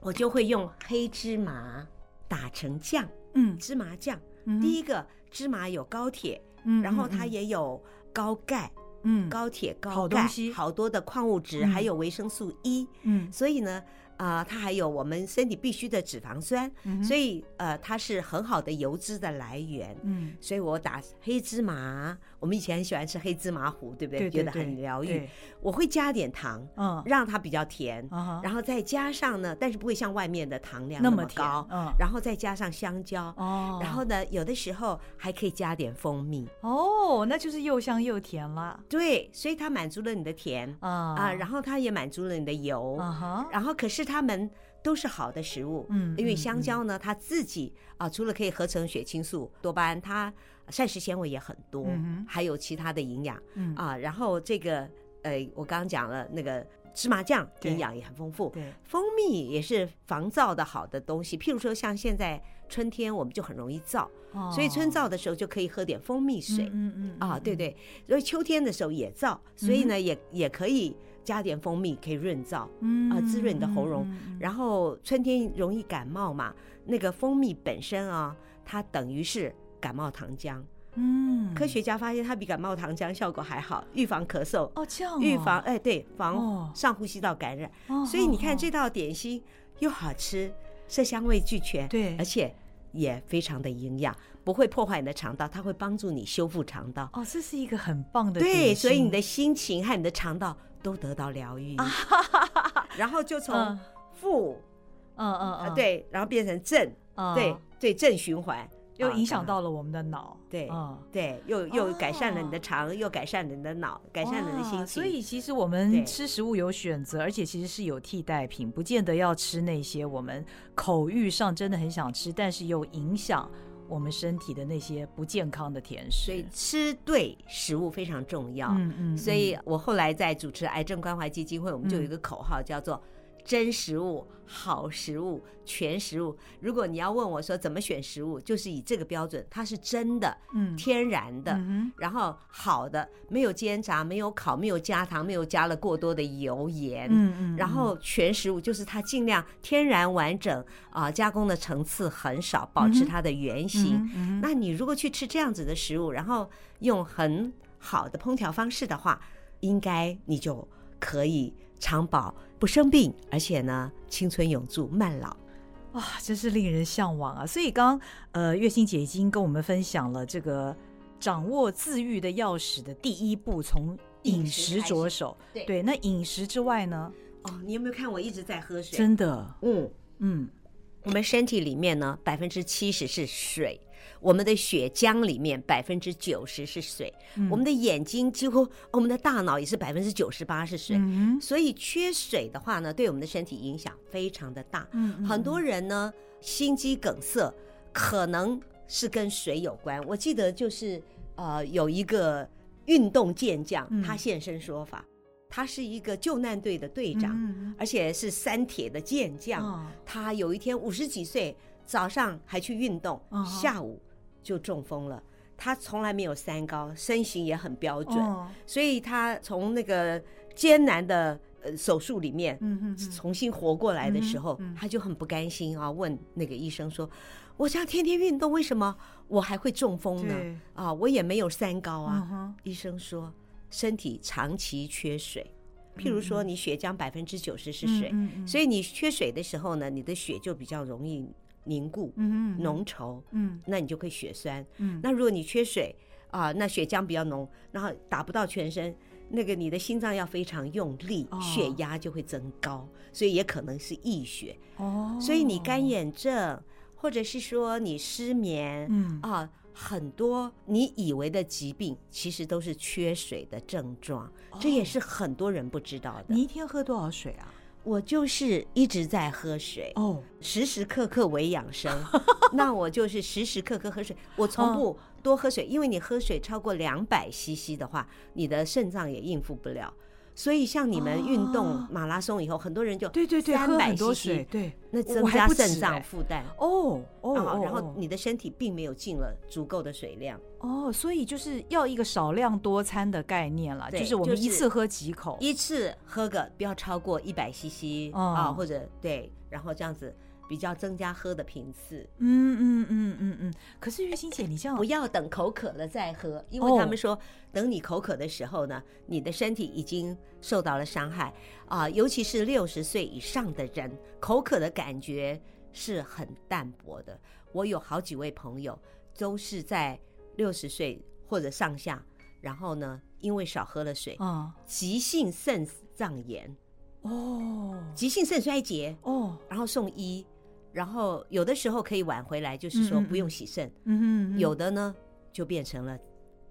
Speaker 2: 我就会用黑芝麻打成酱，
Speaker 1: 嗯，
Speaker 2: 芝麻酱。
Speaker 1: 嗯
Speaker 2: 第一个，芝麻有高铁，
Speaker 1: 嗯
Speaker 2: 然后
Speaker 1: 嗯
Speaker 2: 它
Speaker 1: 嗯
Speaker 2: 也有高钙、
Speaker 1: 嗯
Speaker 2: 高铁、高钙，
Speaker 1: 好东西
Speaker 2: 好多的矿物质，
Speaker 1: 嗯
Speaker 2: 还有维生素 E。
Speaker 1: 嗯
Speaker 2: 所以呢，啊、它还有我们身体必需的脂肪酸，
Speaker 1: 嗯哼
Speaker 2: 所以呃，它是很好的油脂的来源。
Speaker 1: 嗯，
Speaker 2: 所以我打黑芝麻，我们以前很喜欢吃黑芝麻糊，对不对？
Speaker 1: 对
Speaker 2: 觉得很疗，愈
Speaker 1: 对。
Speaker 2: 我会加点糖，
Speaker 1: 嗯
Speaker 2: 让它比较甜，
Speaker 1: 啊哈，
Speaker 2: 然后再加上呢，但是不会像外面的糖量
Speaker 1: 那
Speaker 2: 么
Speaker 1: 甜
Speaker 2: 高，
Speaker 1: 嗯
Speaker 2: 然后再加上香蕉，
Speaker 1: 哦，
Speaker 2: 然后呢，有的时候还可以加点蜂蜜。
Speaker 1: 哦，那就是又香又甜啦
Speaker 2: 对，所以它满足了你的甜
Speaker 1: 啊
Speaker 2: 啊，
Speaker 1: 啊
Speaker 2: 然后它也满足了你的油，
Speaker 1: 啊哈，
Speaker 2: 然后可是它们都是好的食物，
Speaker 1: 嗯
Speaker 2: 因为
Speaker 1: 嗯
Speaker 2: 香蕉呢，它自己啊，除了可以合成血清素、多巴胺，它膳食纤维也很多
Speaker 1: 嗯哼，
Speaker 2: 还有其他的营养
Speaker 1: 嗯
Speaker 2: 啊。然后这个呃，我刚刚讲了那个芝麻酱，
Speaker 1: 对
Speaker 2: 营养也很丰富，
Speaker 1: 对，
Speaker 2: 蜂蜜也是防燥的好的东西。譬如说，像现在春天我们就很容易燥，所以春
Speaker 1: 哦
Speaker 2: 燥的时候就可以喝点蜂蜜水。
Speaker 1: 嗯嗯嗯
Speaker 2: 啊，
Speaker 1: 嗯
Speaker 2: 对
Speaker 1: 嗯
Speaker 2: 对，所以秋天的时候也燥，所以呢也也可以加点蜂蜜，可以润燥。
Speaker 1: 嗯
Speaker 2: 啊滋润你的喉咙，
Speaker 1: 嗯嗯嗯
Speaker 2: 然后春天容易感冒嘛，那个蜂蜜本身啊，它等于是感冒糖浆。
Speaker 1: 嗯，
Speaker 2: 科学家发现它比感冒糖浆效果还好，预防咳嗽，
Speaker 1: 哦这样
Speaker 2: 预
Speaker 1: 哦
Speaker 2: 防哎对防
Speaker 1: 哦
Speaker 2: 上呼吸道感染。
Speaker 1: 哦
Speaker 2: 所以你看
Speaker 1: 哦
Speaker 2: 这道点心又好吃，色香味俱全，
Speaker 1: 对
Speaker 2: 而且也非常的营养，不会破坏你的肠道，它会帮助你修复肠道。
Speaker 1: 哦，这是一个很棒的嗯
Speaker 2: 对，
Speaker 1: 点
Speaker 2: 所以
Speaker 1: 心
Speaker 2: 你的心情和你的肠道都得到 疗愈，然后就从
Speaker 1: 嗯
Speaker 2: 负
Speaker 1: 嗯嗯
Speaker 2: 啊
Speaker 1: 嗯，
Speaker 2: 对，然后变成正，
Speaker 1: 嗯
Speaker 2: 对对正循环，
Speaker 1: 又
Speaker 2: 啊
Speaker 1: 影响。
Speaker 2: 刚
Speaker 1: 到
Speaker 2: 好
Speaker 1: 了我们的脑，
Speaker 2: 对
Speaker 1: 嗯。
Speaker 2: 对，又又改善了你的
Speaker 1: 哦
Speaker 2: 肠，又改善了你的脑，改善了你的心
Speaker 1: 哇
Speaker 2: 情。
Speaker 1: 所以其实我
Speaker 2: 对
Speaker 1: 们吃食物有选择，而且其实是有替代品，不见得要吃那些我们口欲上真的很想吃，但是又影响我们身体的那些不健康的甜食。
Speaker 2: 所以吃对食物非常重要。
Speaker 1: 嗯嗯，
Speaker 2: 所以我后来在主持癌症关怀基金会，我们就有一个口号叫做“真食物、好食物、全食物”。如果你要问我说怎么选食物，就是以这个标准，它是真的、
Speaker 1: 嗯
Speaker 2: 天然的，
Speaker 1: 嗯
Speaker 2: 然后好的，没有煎炸，没有烤，没有加糖，没有加了过多的油盐。
Speaker 1: 嗯嗯，
Speaker 2: 然后全食物就是它尽量天然完整啊、加工的层次很少，保
Speaker 1: 嗯
Speaker 2: 持
Speaker 1: 哼
Speaker 2: 它的原形。
Speaker 1: 行，嗯哼
Speaker 2: 那你如果去吃这样子的食物，然后用很好的烹调方式的话，应该你就可以长保不生病，而且呢青春永驻慢老。
Speaker 1: 哇，真是令人向往啊！所以刚呃，月心姐已经跟我们分享了这个掌握自愈的钥匙的第一步，从饮
Speaker 2: 饮食
Speaker 1: 食
Speaker 2: 开
Speaker 1: 着
Speaker 2: 始
Speaker 1: 手。
Speaker 2: 对
Speaker 1: 那饮食之外呢？
Speaker 2: 哦，你有没有看我一直在喝水？
Speaker 1: 真的，
Speaker 2: 嗯，
Speaker 1: 嗯，
Speaker 2: 我们身体里面呢，百分之七十是水，我们的血浆里面百分之九十是水，
Speaker 1: 嗯
Speaker 2: 我们的眼睛几乎，哦我们的大脑也是百分之九十八是水。
Speaker 1: 嗯
Speaker 2: 所以缺水的话呢，对我们的身体影响非常的大。
Speaker 1: 嗯
Speaker 2: 很多人呢，心肌梗塞可能是跟水有关。我记得就是呃，有一个运动健将
Speaker 1: 嗯，
Speaker 2: 他现身说法，他是一个救难队的队长，
Speaker 1: 嗯
Speaker 2: 而且是三铁的健
Speaker 1: 这
Speaker 2: 将。他有一天五十几岁，早上还去运动
Speaker 1: 嗯，哼
Speaker 2: 下午就中风了。他从来没有
Speaker 1: 嗯哦
Speaker 2: 三高，身形也很标准，所以他从那个艰难的呃手术里面
Speaker 1: 嗯哼哼
Speaker 2: 重新活过来的时候，
Speaker 1: 嗯嗯
Speaker 2: 他就很不甘心啊，问那个医生说：“我这样天天运动，为什么我还会中风呢？
Speaker 1: 对
Speaker 2: 啊，我也没有三高啊。
Speaker 1: 嗯哼
Speaker 2: 医生说，身体长期缺水，譬如说你血浆百分之九十是水，
Speaker 1: 嗯嗯
Speaker 2: 所以你缺水的时候呢，你的血就比较容易凝固、
Speaker 1: 嗯嗯
Speaker 2: 浓稠，
Speaker 1: 嗯
Speaker 2: 那你就会血栓。
Speaker 1: 嗯
Speaker 2: 那如果你缺水啊、那血浆比较浓，然后打不到全身，那个你的心脏要非常用力，
Speaker 1: 哦
Speaker 2: 血压就会增高，所以也可能是溢血。
Speaker 1: 哦，
Speaker 2: 所以你干眼症，或者是说你失眠，
Speaker 1: 嗯
Speaker 2: 啊，很多你以为的疾病，其实都是缺水的症状，这也是很多人不知道的。
Speaker 1: 你一天喝多少水啊？
Speaker 2: 我就是一直在喝水，
Speaker 1: 哦，
Speaker 2: 时时刻刻为养生。 那我就是时时刻刻喝水，我从
Speaker 1: 嗯
Speaker 2: 不多喝水，因为你喝水超过两百 CC 的话，你的肾脏也应付不了。所以像你们运动
Speaker 1: 哦
Speaker 2: 马拉松以后，很多人就
Speaker 1: 对对对，喝很
Speaker 2: 300
Speaker 1: 多
Speaker 2: CC，
Speaker 1: 水，对，
Speaker 2: 那
Speaker 1: 我
Speaker 2: 增
Speaker 1: 我还
Speaker 2: 加
Speaker 1: 不止
Speaker 2: 肾脏
Speaker 1: 哎
Speaker 2: 负担。
Speaker 1: 哦哦
Speaker 2: 啊
Speaker 1: 哦，
Speaker 2: 然后
Speaker 1: 哦
Speaker 2: 你的身体并没有进了足够的水量。
Speaker 1: 哦，所以就是要一个少量多餐的概念啦，
Speaker 2: 对
Speaker 1: 就是我们
Speaker 2: 就
Speaker 1: 一
Speaker 2: 是
Speaker 1: 次喝几口，
Speaker 2: 一次喝个不要超过一百 CC
Speaker 1: 哦
Speaker 2: 啊，或者对，然后这样子比较增加喝的频次，
Speaker 1: 嗯嗯嗯嗯嗯。可是月心姐，你这样
Speaker 2: 不要等口渴了再喝，因为
Speaker 1: 哦
Speaker 2: 他们说等你口渴的时候呢，你的身体已经受到了伤害啊，尤其是六十岁以上的人，口渴的感觉是很淡薄的。我有好几位朋友都是在六十岁或者上下，然后呢，因为少喝了水，
Speaker 1: 啊
Speaker 2: 急性肾脏炎、
Speaker 1: 哦
Speaker 2: 急性肾衰竭。
Speaker 1: 哦
Speaker 2: 然后送医，然后有的时候可以挽回来，就是说
Speaker 1: 嗯嗯嗯
Speaker 2: 不用洗肾；
Speaker 1: 嗯嗯
Speaker 2: 有的呢就变成了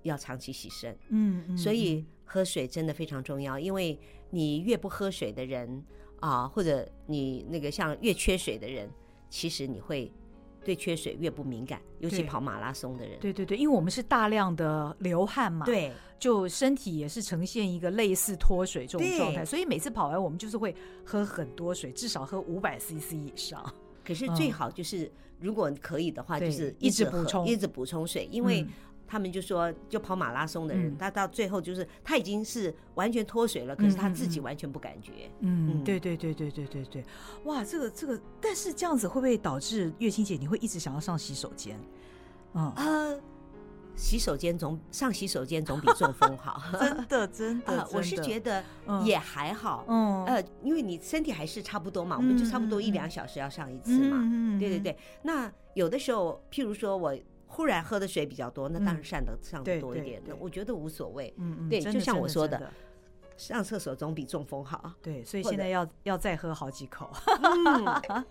Speaker 2: 要长期洗肾。
Speaker 1: 嗯嗯，
Speaker 2: 所以喝水真的非常重要，因为你越不喝水的人啊，或者你那个像越缺水的人，其实你会对缺水越不敏感，尤其
Speaker 1: 对
Speaker 2: 跑马拉松的人。啊
Speaker 1: 对对对，因为我们是大量的流汗嘛，，
Speaker 2: 对
Speaker 1: 就身体也是呈现一个类似脱水这种
Speaker 2: 对
Speaker 1: 状态，所以每次跑完我们就是会喝很多水，至少喝五百 CC 以上。
Speaker 2: 可是
Speaker 1: 嗯
Speaker 2: 最好就是，如果可以的话，
Speaker 1: 对
Speaker 2: 就是
Speaker 1: 一直
Speaker 2: 喝
Speaker 1: 补充
Speaker 2: 一直补充水，因为
Speaker 1: 嗯
Speaker 2: 他们就说，就跑马拉松的人，
Speaker 1: 嗯
Speaker 2: 他到最后就是他已经是完全脱水了，可是他
Speaker 1: 嗯嗯
Speaker 2: 自己
Speaker 1: 嗯
Speaker 2: 完全不感觉。
Speaker 1: 嗯，
Speaker 2: 嗯
Speaker 1: 对对对对对对对，哇，这个这个，但是这样子会不会导致月清姐你会一直想要上洗手间？嗯，
Speaker 2: 呃，洗手间总上洗手间总比中风好。
Speaker 1: 真的真
Speaker 2: 呃，我是觉
Speaker 1: 得，
Speaker 2: 得
Speaker 1: 嗯
Speaker 2: 也还好。
Speaker 1: 嗯
Speaker 2: 呃，因为你身体还是差不多嘛，我们就差不多
Speaker 1: 嗯嗯
Speaker 2: 一
Speaker 1: 嗯
Speaker 2: 两小时要上一次嘛。
Speaker 1: 嗯
Speaker 2: 对对，对，那有的时候，譬如说我忽然喝的水比较多，那当然
Speaker 1: 嗯
Speaker 2: 上的上
Speaker 1: 对
Speaker 2: 的多一
Speaker 1: 对
Speaker 2: 点，那
Speaker 1: 对
Speaker 2: 我觉得无所谓。
Speaker 1: 嗯嗯，
Speaker 2: 对
Speaker 1: 真
Speaker 2: 就
Speaker 1: 的
Speaker 2: 像
Speaker 1: 真
Speaker 2: 我说
Speaker 1: 真
Speaker 2: 的上厕所总比中 风好。
Speaker 1: 对，所以
Speaker 2: 或
Speaker 1: 现
Speaker 2: 者
Speaker 1: 在要要再喝好几口。
Speaker 2: 嗯，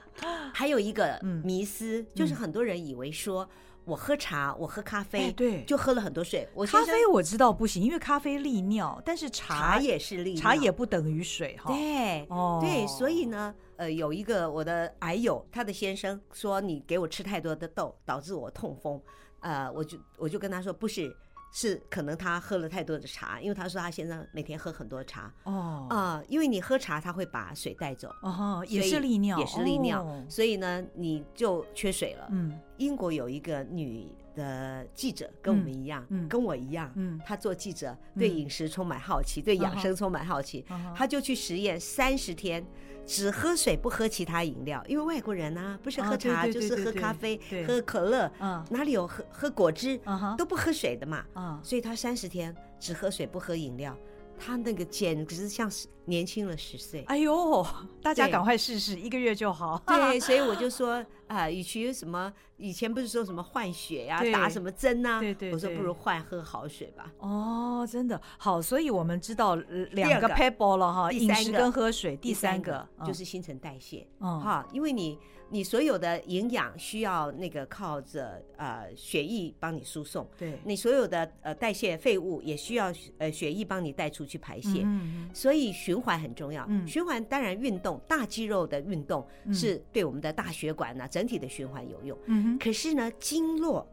Speaker 2: 还有一个
Speaker 1: 嗯
Speaker 2: 迷思、就是
Speaker 1: 嗯
Speaker 2: 很多人以为说我喝茶，我喝咖啡，
Speaker 1: 哎对
Speaker 2: 就喝了很多水。我先
Speaker 1: 咖
Speaker 2: 生
Speaker 1: 啡我知道不行，因为咖啡利尿，但是
Speaker 2: 茶
Speaker 1: 茶
Speaker 2: 也是利尿，
Speaker 1: 茶也不等于水哈。
Speaker 2: 对、
Speaker 1: 哦
Speaker 2: 对，所以呢，呃，有一个我的癌友，他的先生说你给我吃太多的豆，导致我痛风。呃，我就我就跟他说不是。是可能他喝了太多的茶，因为他说他先生每天喝很多茶
Speaker 1: 哦
Speaker 2: 啊、因为你喝茶他会把水带走，
Speaker 1: 哦哈，也
Speaker 2: 所以
Speaker 1: 是利尿，
Speaker 2: 也是利尿，
Speaker 1: 哦
Speaker 2: 所以呢你就缺水了。
Speaker 1: 嗯
Speaker 2: 英国有一个女的记者，跟我们一样，
Speaker 1: 嗯嗯
Speaker 2: 跟我一样，
Speaker 1: 嗯
Speaker 2: 她做记者
Speaker 1: 嗯
Speaker 2: 对饮食充满好奇，对养生充满好奇，
Speaker 1: 嗯哼
Speaker 2: 她就去实验三十天。只喝水不喝其他饮料，因为外国人啊，不是
Speaker 1: 啊
Speaker 2: 喝
Speaker 1: 对
Speaker 2: 茶、
Speaker 1: 对
Speaker 2: 就是
Speaker 1: 对
Speaker 2: 喝
Speaker 1: 对
Speaker 2: 咖啡
Speaker 1: 对、
Speaker 2: 喝可乐，
Speaker 1: 嗯
Speaker 2: 哪里有喝喝果汁、
Speaker 1: 啊哈
Speaker 2: 都不喝水的嘛。
Speaker 1: 啊
Speaker 2: 所以她三十天只喝水不喝饮料，她那个简直像是年轻了十岁。
Speaker 1: 哎呦，大家
Speaker 2: 对
Speaker 1: 赶快试试，一个月就好。
Speaker 2: 对，所以我就说啊，与其什么以前不是说什么换血呀、
Speaker 1: 对
Speaker 2: 打什么针呐、
Speaker 1: 对对
Speaker 2: 我说
Speaker 1: 对
Speaker 2: 不如换喝好水吧。
Speaker 1: 哦，真的好，所以我们知道呃两
Speaker 2: 二
Speaker 1: 个
Speaker 2: 个
Speaker 1: pebble 了哈，
Speaker 2: 第
Speaker 1: 饮
Speaker 2: 三
Speaker 1: 食
Speaker 2: 个
Speaker 1: 跟喝水，第
Speaker 2: 三
Speaker 1: 三个
Speaker 2: 就
Speaker 1: 嗯
Speaker 2: 是新陈代谢，
Speaker 1: 嗯
Speaker 2: 哈，因为你你所有的营养需要那个靠着呃血液帮你输送，
Speaker 1: 对
Speaker 2: 你所有的呃代谢废物也需要呃血液帮你带出去排泄。
Speaker 1: 嗯嗯
Speaker 2: 所以循环很重要，
Speaker 1: 嗯
Speaker 2: 循环当然运动，大肌肉的运动是对我们的大血管呢、整体的循环有用。
Speaker 1: 嗯
Speaker 2: 可是呢，经络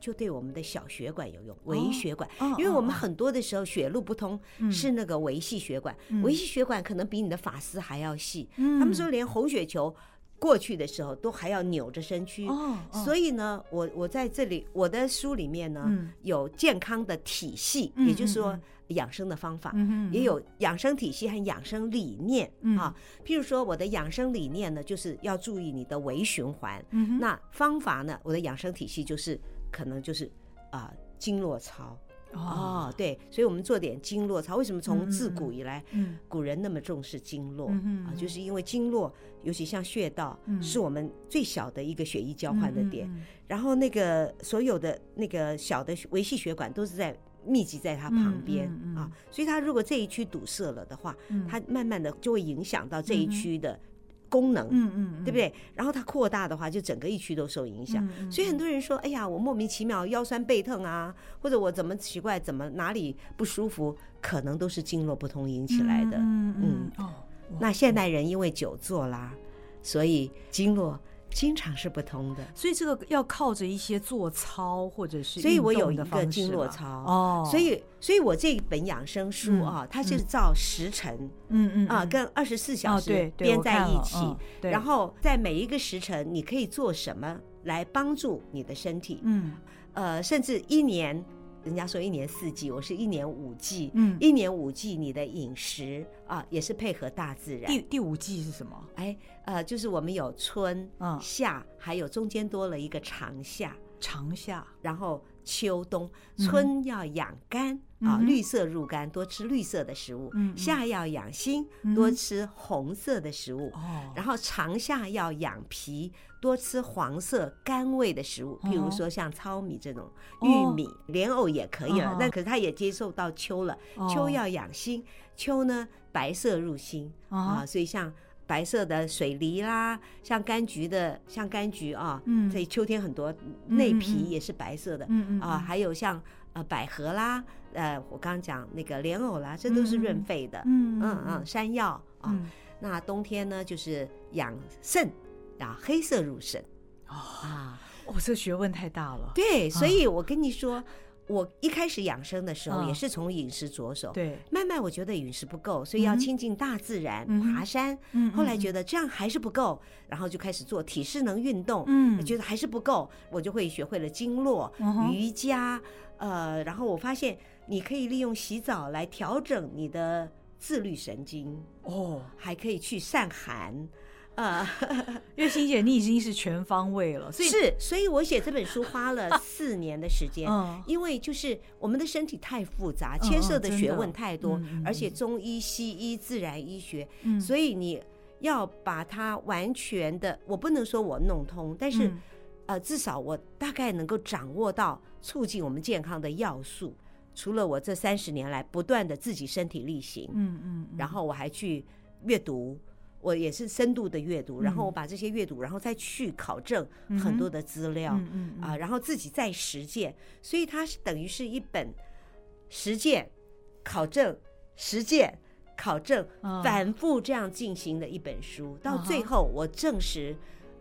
Speaker 2: 就对我们的小血管有用，微血管。
Speaker 1: 哼，
Speaker 2: 因为我们
Speaker 1: 哦
Speaker 2: 很多的时候血路不通，
Speaker 1: 嗯
Speaker 2: 是那个维系血管，
Speaker 1: 嗯
Speaker 2: 维系血管可能比你的发丝还要细。
Speaker 1: 嗯
Speaker 2: 他们说连红血球过去的时候，都还要扭着身躯。
Speaker 1: 哦，
Speaker 2: 所
Speaker 1: 以
Speaker 2: 以呢，我我在这里我的书里面呢，
Speaker 1: 嗯
Speaker 2: 有健康的体系，
Speaker 1: 嗯
Speaker 2: 也就是
Speaker 1: 嗯
Speaker 2: 说
Speaker 1: 嗯
Speaker 2: 养生的方法，
Speaker 1: 嗯哼
Speaker 2: 也有养生体系和养生理念、
Speaker 1: 嗯
Speaker 2: 啊。譬如说我的养生理念呢，就是要注意你的微循环。
Speaker 1: 嗯哼
Speaker 2: 那方法呢，我的养生体系就是可能就是啊、经络操
Speaker 1: 哦，
Speaker 2: 对，所以我们做点经络操。为什么
Speaker 1: 嗯嗯
Speaker 2: 从自
Speaker 1: 嗯
Speaker 2: 古以来
Speaker 1: 嗯
Speaker 2: 古人那么重视经络、
Speaker 1: 嗯哼
Speaker 2: 啊
Speaker 1: 嗯，
Speaker 2: 就是因为经络，尤其像穴道，
Speaker 1: 嗯
Speaker 2: 是我们最小的一个血液交换的点。，
Speaker 1: 嗯嗯
Speaker 2: 然后那个所有的那个小的维系血管都是在密集在它旁边、
Speaker 1: 嗯嗯嗯
Speaker 2: 啊，所以它如果这一区堵塞了的话，
Speaker 1: 嗯
Speaker 2: 它慢慢的就会影响到这一区的功能，
Speaker 1: 嗯嗯，嗯
Speaker 2: 对不？对？然后它扩大的话，就整个一区都受影响。
Speaker 1: 嗯嗯
Speaker 2: 所以很多人说：“哎呀，我莫名其妙腰酸背痛啊，或者我怎么奇怪，怎么哪里不舒服，可能都是经络不通引起来的。
Speaker 1: 嗯嗯嗯哦，
Speaker 2: 那现代人因为久坐啦，所以经络经常是不通的。
Speaker 1: 所以这个要靠着一些做操或者是
Speaker 2: 所以
Speaker 1: 运
Speaker 2: 我有
Speaker 1: 动
Speaker 2: 一
Speaker 1: 的
Speaker 2: 个
Speaker 1: 方
Speaker 2: 经
Speaker 1: 式
Speaker 2: 络
Speaker 1: 嘛
Speaker 2: 操
Speaker 1: 哦，
Speaker 2: 所以，所以我这本养生书啊，它是照时辰
Speaker 1: 嗯嗯
Speaker 2: 啊，
Speaker 1: 嗯
Speaker 2: 跟二十四小
Speaker 1: 哦对
Speaker 2: 时
Speaker 1: 对
Speaker 2: 编
Speaker 1: 我
Speaker 2: 在
Speaker 1: 看
Speaker 2: 一
Speaker 1: 了
Speaker 2: 起
Speaker 1: 嗯，对
Speaker 2: 然后在每一个时辰，你可以做什么来帮助你的身体？
Speaker 1: 嗯
Speaker 2: 呃，甚至一年，人家说一年四季，我是一年五季，
Speaker 1: 嗯
Speaker 2: 一年五季你的饮食啊，也是配合大自然
Speaker 1: 第。第五季是什么？
Speaker 2: 哎，呃，就是我们有春、
Speaker 1: 嗯
Speaker 2: 夏，还有中间多了一个长夏，
Speaker 1: 长夏
Speaker 2: 然后秋冬，
Speaker 1: 嗯哼
Speaker 2: 春要养肝、啊，
Speaker 1: 嗯哼
Speaker 2: 绿色入肝，多吃绿色的食物；
Speaker 1: 嗯嗯
Speaker 2: 夏要养心
Speaker 1: 嗯哼，
Speaker 2: 多吃红色的食物；
Speaker 1: 哦，
Speaker 2: 然后长夏要养脾，多吃黄色甘味的食物，
Speaker 1: 哦
Speaker 2: 譬如说像糙米这种、
Speaker 1: 哦
Speaker 2: 玉米、莲藕也可以
Speaker 1: 哦
Speaker 2: 了。那、可是它也接受到秋了，秋
Speaker 1: 哦
Speaker 2: 要养心，秋呢白色入心、
Speaker 1: 啊
Speaker 2: 啊，所以像。白色的水梨啦，像柑橘的，像柑橘啊，
Speaker 1: 嗯
Speaker 2: 所以秋天很多
Speaker 1: 嗯
Speaker 2: 内
Speaker 1: 嗯
Speaker 2: 皮
Speaker 1: 嗯
Speaker 2: 也是白色的，
Speaker 1: 嗯嗯
Speaker 2: 啊，还有像呃百合啦，呃，我刚刚讲那个莲藕啦，这都是润肺的，
Speaker 1: 嗯
Speaker 2: 嗯嗯，山药啊，
Speaker 1: 嗯
Speaker 2: 那冬天呢，就是养肾啊，黑色入肾
Speaker 1: 哦，嗯
Speaker 2: 啊。
Speaker 1: 我这学问太大了，
Speaker 2: 对，所以我跟你说，我一开始养生的时候
Speaker 1: 嗯
Speaker 2: 也是从饮食着手，
Speaker 1: 对，
Speaker 2: 慢慢我觉得饮食不够，所以
Speaker 1: 嗯
Speaker 2: 要
Speaker 1: 哼
Speaker 2: 亲近大自然，
Speaker 1: 嗯哼
Speaker 2: 爬山。
Speaker 1: 嗯
Speaker 2: 后来觉
Speaker 1: 得
Speaker 2: 得这样还是不够，然后就开始做体适能运动，
Speaker 1: 嗯
Speaker 2: 觉得还是不够，我就会学会了经络
Speaker 1: 嗯、哼
Speaker 2: 瑜伽，呃，然后我发现你可以利用洗澡来调整你的自律神经，
Speaker 1: 哦，
Speaker 2: 还可以去散寒，呃，
Speaker 1: 月欣姐你已经是全方位了， 所以
Speaker 2: 是，所以我写这本书 花了四年的时间。
Speaker 1: 嗯
Speaker 2: 因为就是我们的身体太复杂，
Speaker 1: 嗯
Speaker 2: 牵涉
Speaker 1: 嗯
Speaker 2: 的
Speaker 1: 真
Speaker 2: 学
Speaker 1: 的
Speaker 2: 问太多，
Speaker 1: 嗯嗯
Speaker 2: 而且
Speaker 1: 嗯
Speaker 2: 中医、西医、自然医学，
Speaker 1: 嗯
Speaker 2: 所以你要把它完全的，我不能说我弄通，但是、
Speaker 1: 嗯
Speaker 2: 呃，至少我大概能够掌握到促进我们健康的要素。除了我这三十年来不断的自己身体力行，
Speaker 1: 嗯嗯嗯
Speaker 2: 然后我还去阅读，我也是深度的阅读，然后我把这些阅读，然后再去考证
Speaker 1: 嗯哼
Speaker 2: 很多的资料啊、
Speaker 1: 嗯嗯嗯
Speaker 2: 然后自己再实践，所以它是等于是一本实践、考证、实践、考证，
Speaker 1: 嗯
Speaker 2: 反复这样进行的一本书。到
Speaker 1: 嗯哼
Speaker 2: 最后，我证实，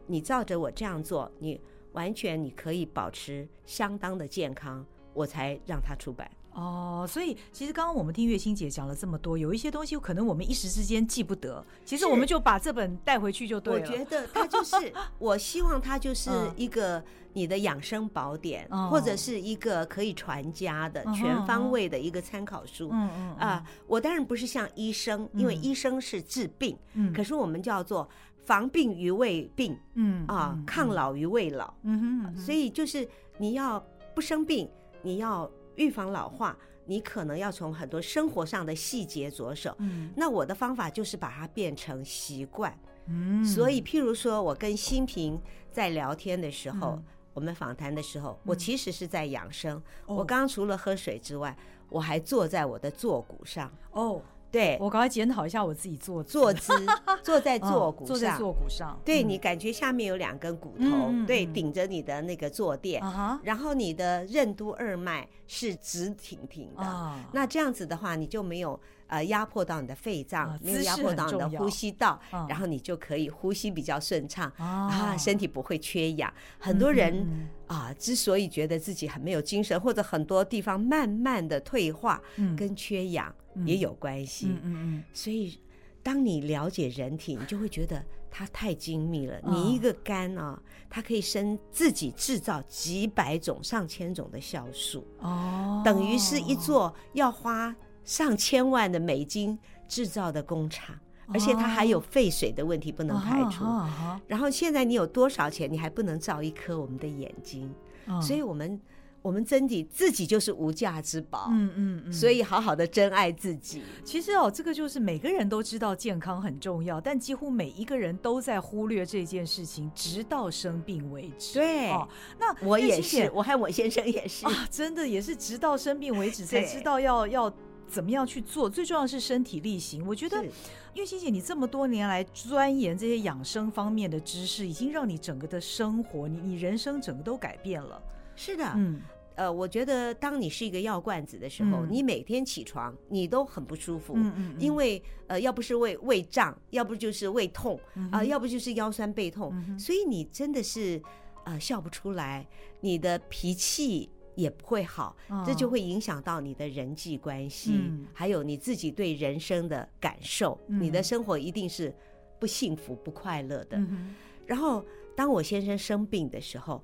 Speaker 2: 你照着我这样做，你完全你可以保持相当的健康，我才让它出版。
Speaker 1: 哦，所以其实刚刚我们听月清姐讲了这么多，有一些东西可能我们一时之间记不得，其实
Speaker 2: 是
Speaker 1: 我们就把这本带回去就对
Speaker 2: 我
Speaker 1: 了。
Speaker 2: 觉得它就是，我希望它就是
Speaker 1: 嗯
Speaker 2: 一个你的养生宝典，
Speaker 1: 哦
Speaker 2: 或者是一个可以传家的、
Speaker 1: 嗯哼
Speaker 2: 全方位的一个参考书。
Speaker 1: 嗯嗯
Speaker 2: 啊、我当然不是像医生，因为
Speaker 1: 嗯
Speaker 2: 医生是治病，
Speaker 1: 嗯
Speaker 2: 可是我们叫做防病于未病
Speaker 1: 嗯
Speaker 2: 啊，
Speaker 1: 嗯
Speaker 2: 抗老于未老。
Speaker 1: 嗯哼嗯哼，
Speaker 2: 所以就是你要不生病，你要预防老化，你可能要从很多生活上的细节着手。
Speaker 1: 嗯
Speaker 2: 那我的方法就是把它变成习惯。
Speaker 1: 嗯，
Speaker 2: 所以，譬如说我跟新平在聊天的时候，
Speaker 1: 嗯
Speaker 2: 我们访谈的时候，我其实是在养生。
Speaker 1: 哦
Speaker 2: 我刚刚除了喝水之外，我还坐在我的坐骨上，
Speaker 1: 哦，
Speaker 2: 对，
Speaker 1: 我赶快检讨一下我自己坐
Speaker 2: 坐
Speaker 1: 姿
Speaker 2: 姿坐在
Speaker 1: 嗯
Speaker 2: 坐骨
Speaker 1: 坐在
Speaker 2: 上，
Speaker 1: 坐骨上，
Speaker 2: 对
Speaker 1: 嗯
Speaker 2: 你感觉下面有两根骨头，
Speaker 1: 嗯嗯
Speaker 2: 对，
Speaker 1: 嗯
Speaker 2: 顶着你的那个坐垫，
Speaker 1: 啊哈
Speaker 2: 然后你的任督二脉是直挺挺的。
Speaker 1: 啊，
Speaker 2: 那这样子的话，你就没有呃压迫到你的肺脏，
Speaker 1: 啊
Speaker 2: 没有
Speaker 1: 姿
Speaker 2: 压
Speaker 1: 势
Speaker 2: 迫
Speaker 1: 很
Speaker 2: 到你的
Speaker 1: 重要
Speaker 2: 呼吸道，
Speaker 1: 嗯
Speaker 2: 然后你就可以呼吸比较顺畅。
Speaker 1: 啊
Speaker 2: 啊，身体不会缺氧。很多人、
Speaker 1: 嗯
Speaker 2: 啊，之所以觉得自己很没有精神，或者很多地方慢慢的退化，
Speaker 1: 嗯
Speaker 2: 跟缺氧
Speaker 1: 嗯
Speaker 2: 也有关系。
Speaker 1: 嗯嗯嗯
Speaker 2: 所以当你了解人体，你就会觉得它太精密了。
Speaker 1: 嗯
Speaker 2: 你一个肝啊，它可以生自己制造几百种、上千种的酵素，
Speaker 1: 哦，
Speaker 2: 等于是一座要花上千万的美金制造的工厂，
Speaker 1: 哦
Speaker 2: 而且它还有废水的问题不能排除。
Speaker 1: 啊哈
Speaker 2: 然后现在你有多少钱，你还不能造一颗我们的眼睛，
Speaker 1: 啊哈
Speaker 2: 所以我们我们真体自己就是无价之宝。
Speaker 1: 嗯嗯嗯，
Speaker 2: 所以好好的珍爱自己，
Speaker 1: 其实哦，这个就是每个人都知道健康很重要，但几乎每一个人都在忽略这件事情，直到生病为止。
Speaker 2: 对
Speaker 1: 哦，那
Speaker 2: 我
Speaker 1: 燕
Speaker 2: 也
Speaker 1: 心姐
Speaker 2: 是，我和我先生也是。
Speaker 1: 啊，真的也是直到生病为止才
Speaker 2: 对
Speaker 1: 知道要要怎么样去做，最重要的是身体力行。我觉得
Speaker 2: 是
Speaker 1: 玉欣姐，你这么多年来钻研这些养生方面的知识，已经让你整个的生活，你你人生整个都改变了。
Speaker 2: 是的，
Speaker 1: 嗯，
Speaker 2: 呃，我觉得当你是一个药罐子的时候，
Speaker 1: 嗯
Speaker 2: 你每天起床你都很不舒服，
Speaker 1: 嗯嗯嗯
Speaker 2: 因为呃，要不是胃胃胀，要不就是胃痛
Speaker 1: 嗯
Speaker 2: 啊、
Speaker 1: 哼
Speaker 2: 要不就是腰酸背痛，
Speaker 1: 嗯哼
Speaker 2: 所以你真的是呃笑不出来，你的脾气。也不会好，这就
Speaker 1: 哦
Speaker 2: 会影响到你的人际关系，
Speaker 1: 嗯
Speaker 2: 还有你自己对人生的感受。你的
Speaker 1: 嗯
Speaker 2: 生活一定是不幸福、不快乐的。
Speaker 1: 嗯哼
Speaker 2: 然后当我先生生病的时候，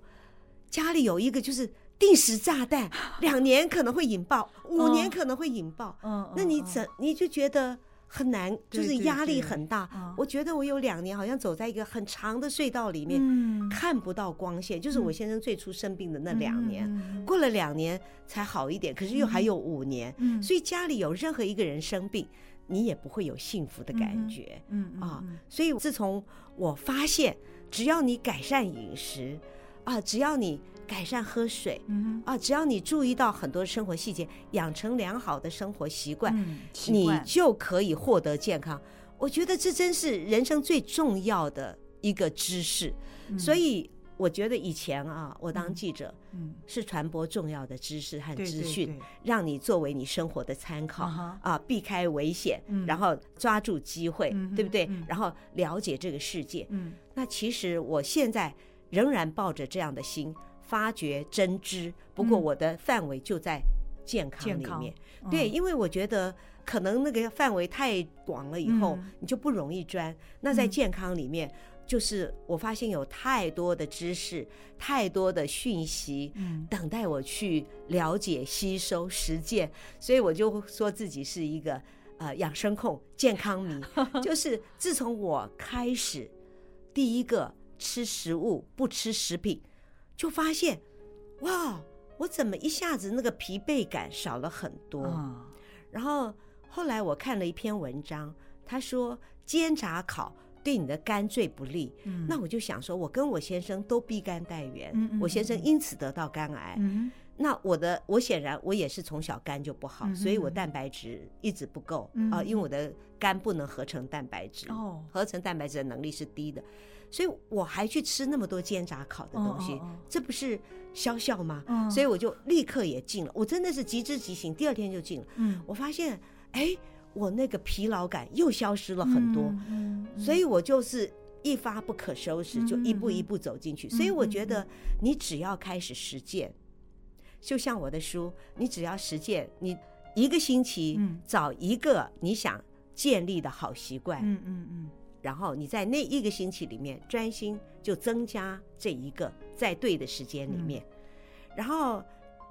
Speaker 2: 家里有一个就是定时炸弹，两年可能会引爆，五
Speaker 1: 哦
Speaker 2: 年可能会引爆，
Speaker 1: 嗯，
Speaker 2: 那你
Speaker 1: 嗯
Speaker 2: 怎你就觉得很难，
Speaker 1: 对
Speaker 2: 就是
Speaker 1: 对
Speaker 2: 压
Speaker 1: 对
Speaker 2: 力很大。
Speaker 1: 嗯
Speaker 2: 我觉得我有两年好像走在一个很长的隧道里面，
Speaker 1: 嗯
Speaker 2: 看不到光线，就是我
Speaker 1: 嗯
Speaker 2: 先生最初生病的那两年。
Speaker 1: 嗯
Speaker 2: 过了两年才好一点，可是又还有五年，
Speaker 1: 嗯
Speaker 2: 所以家里有任何一个人生病，你也不会有幸福的
Speaker 1: 嗯
Speaker 2: 感
Speaker 1: 哼
Speaker 2: 觉。
Speaker 1: 嗯嗯
Speaker 2: 啊
Speaker 1: 嗯，
Speaker 2: 所以自从我发现，只要你改善饮食，啊，只要你改善喝水，
Speaker 1: 嗯
Speaker 2: 啊，只要你注意到很多生活细节，养成良好的生活习
Speaker 1: 哼
Speaker 2: 惯，
Speaker 1: 嗯习
Speaker 2: 你
Speaker 1: 惯
Speaker 2: 就可以获得健康。我觉得这真是人生最重要的一个知识。所以我觉得以前啊，我当记者
Speaker 1: 嗯
Speaker 2: 是传播重要的知识和
Speaker 1: 对
Speaker 2: 资
Speaker 1: 对
Speaker 2: 讯，
Speaker 1: 对
Speaker 2: 让你作为你生活的参考。
Speaker 1: 啊哈
Speaker 2: 啊，避开危险，
Speaker 1: 嗯
Speaker 2: 然后抓住机会，
Speaker 1: 嗯哼
Speaker 2: 对不对？
Speaker 1: 嗯
Speaker 2: 然后了解这个世界。
Speaker 1: 嗯
Speaker 2: 那其实我现在仍然抱着这样的心，发掘真知。不过
Speaker 1: 嗯
Speaker 2: 我的范围就在健康
Speaker 1: 健
Speaker 2: 里
Speaker 1: 康
Speaker 2: 面，
Speaker 1: 嗯
Speaker 2: 对，因为我觉得可能那个范围太广了，以后、
Speaker 1: 嗯
Speaker 2: 你就不容易钻。那在
Speaker 1: 嗯
Speaker 2: 健康里面。就是我发现有太多的知识，太多的讯息，
Speaker 1: 嗯
Speaker 2: 等待我去了解、吸收、实践，所以我就说自己是一个呃养生控、健康 迷。就是自从我开始第一个吃食物不吃食品，就发现哇，我怎么一下子那个疲惫感少了很多？
Speaker 1: 啊
Speaker 2: 然后后来我看了一篇文章，他说煎炸烤对你的肝最不利。
Speaker 1: 嗯
Speaker 2: 那我就想说，我跟我先生都逼肝带源，
Speaker 1: 嗯嗯
Speaker 2: 我先
Speaker 1: 嗯
Speaker 2: 生因此得到肝癌。
Speaker 1: 嗯
Speaker 2: 那我的我显然我也是从小肝就不好，
Speaker 1: 嗯哼
Speaker 2: 所以我
Speaker 1: 嗯
Speaker 2: 蛋白质一直不够啊、
Speaker 1: 嗯
Speaker 2: 因为我的肝不能合成蛋白质，
Speaker 1: 哦
Speaker 2: 合成蛋白质的能力是低的，所以我还去吃那么多煎炸烤的东西，
Speaker 1: 哦哦哦
Speaker 2: 这不是消消吗？
Speaker 1: 嗯
Speaker 2: 所以我就立刻也进了，我真的是即知即行，第二天就进了。
Speaker 1: 嗯
Speaker 2: 我发现，哎，我那个疲劳感又消失了很
Speaker 1: 嗯
Speaker 2: 多，所以我就是一发不可收
Speaker 1: 嗯
Speaker 2: 拾，就一步一步走进去。所以我觉得，你只要开始实践，就像我的书，你只要实践，你一个星期
Speaker 1: 嗯
Speaker 2: 找一个你想建立的好习惯，
Speaker 1: 嗯嗯嗯
Speaker 2: 然后你在那一个星期里面专心，就增加这一个在对的时间里面，
Speaker 1: 嗯
Speaker 2: 然后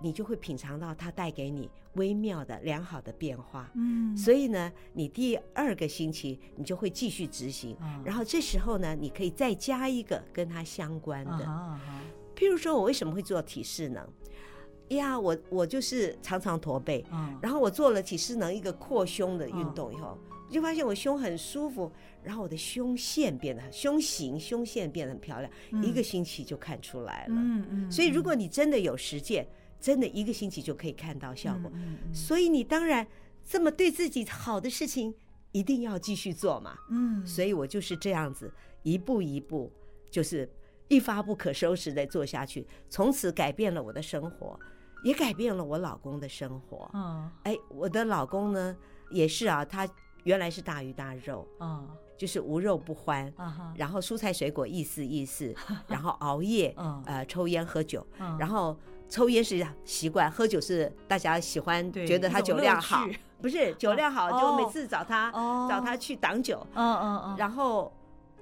Speaker 2: 你就会品尝到它带给你微妙的良好的变化。
Speaker 1: 嗯，
Speaker 2: 所以呢，你第二个星期你就会继续执行，
Speaker 1: 啊
Speaker 2: 然后这时候呢，你可以再加一个跟它相关
Speaker 1: 啊
Speaker 2: 的，
Speaker 1: 哈啊哈
Speaker 2: 譬如说我为什么会做体适能？哎呀，我我就是常常驼背，
Speaker 1: 啊
Speaker 2: 然后我做了体适能一个扩胸的运动以后，
Speaker 1: 嗯
Speaker 2: 我就发现我胸很舒服，然后我的胸线变得很胸型、胸线变得很漂亮，
Speaker 1: 嗯
Speaker 2: 一个星期就看出来了。
Speaker 1: 嗯嗯，
Speaker 2: 所以如果你真的有实践，真的一个星期就可以看到效果。
Speaker 1: 嗯
Speaker 2: 所以你当然这么对自己好的事情，一定要继续做嘛。
Speaker 1: 嗯，
Speaker 2: 所以我就是这样子一步一步，就是一发不可收拾的做下去，从此改变了我的生活，也改变了我老公的生活。
Speaker 1: 啊
Speaker 2: 哎，我的老公呢也是啊，他原来是大鱼大肉，
Speaker 1: 啊
Speaker 2: 就是无肉不欢，
Speaker 1: 啊哈，
Speaker 2: 然后蔬菜水果意思 意思，然后熬夜，
Speaker 1: 嗯
Speaker 2: 呃，抽烟喝酒，
Speaker 1: 嗯
Speaker 2: 然后抽烟是习惯，喝酒是大家喜欢，觉得他酒量好，不是酒量好，
Speaker 1: 哦
Speaker 2: 就每次找他
Speaker 1: 哦
Speaker 2: 找他去挡酒。
Speaker 1: 嗯嗯嗯，
Speaker 2: 然后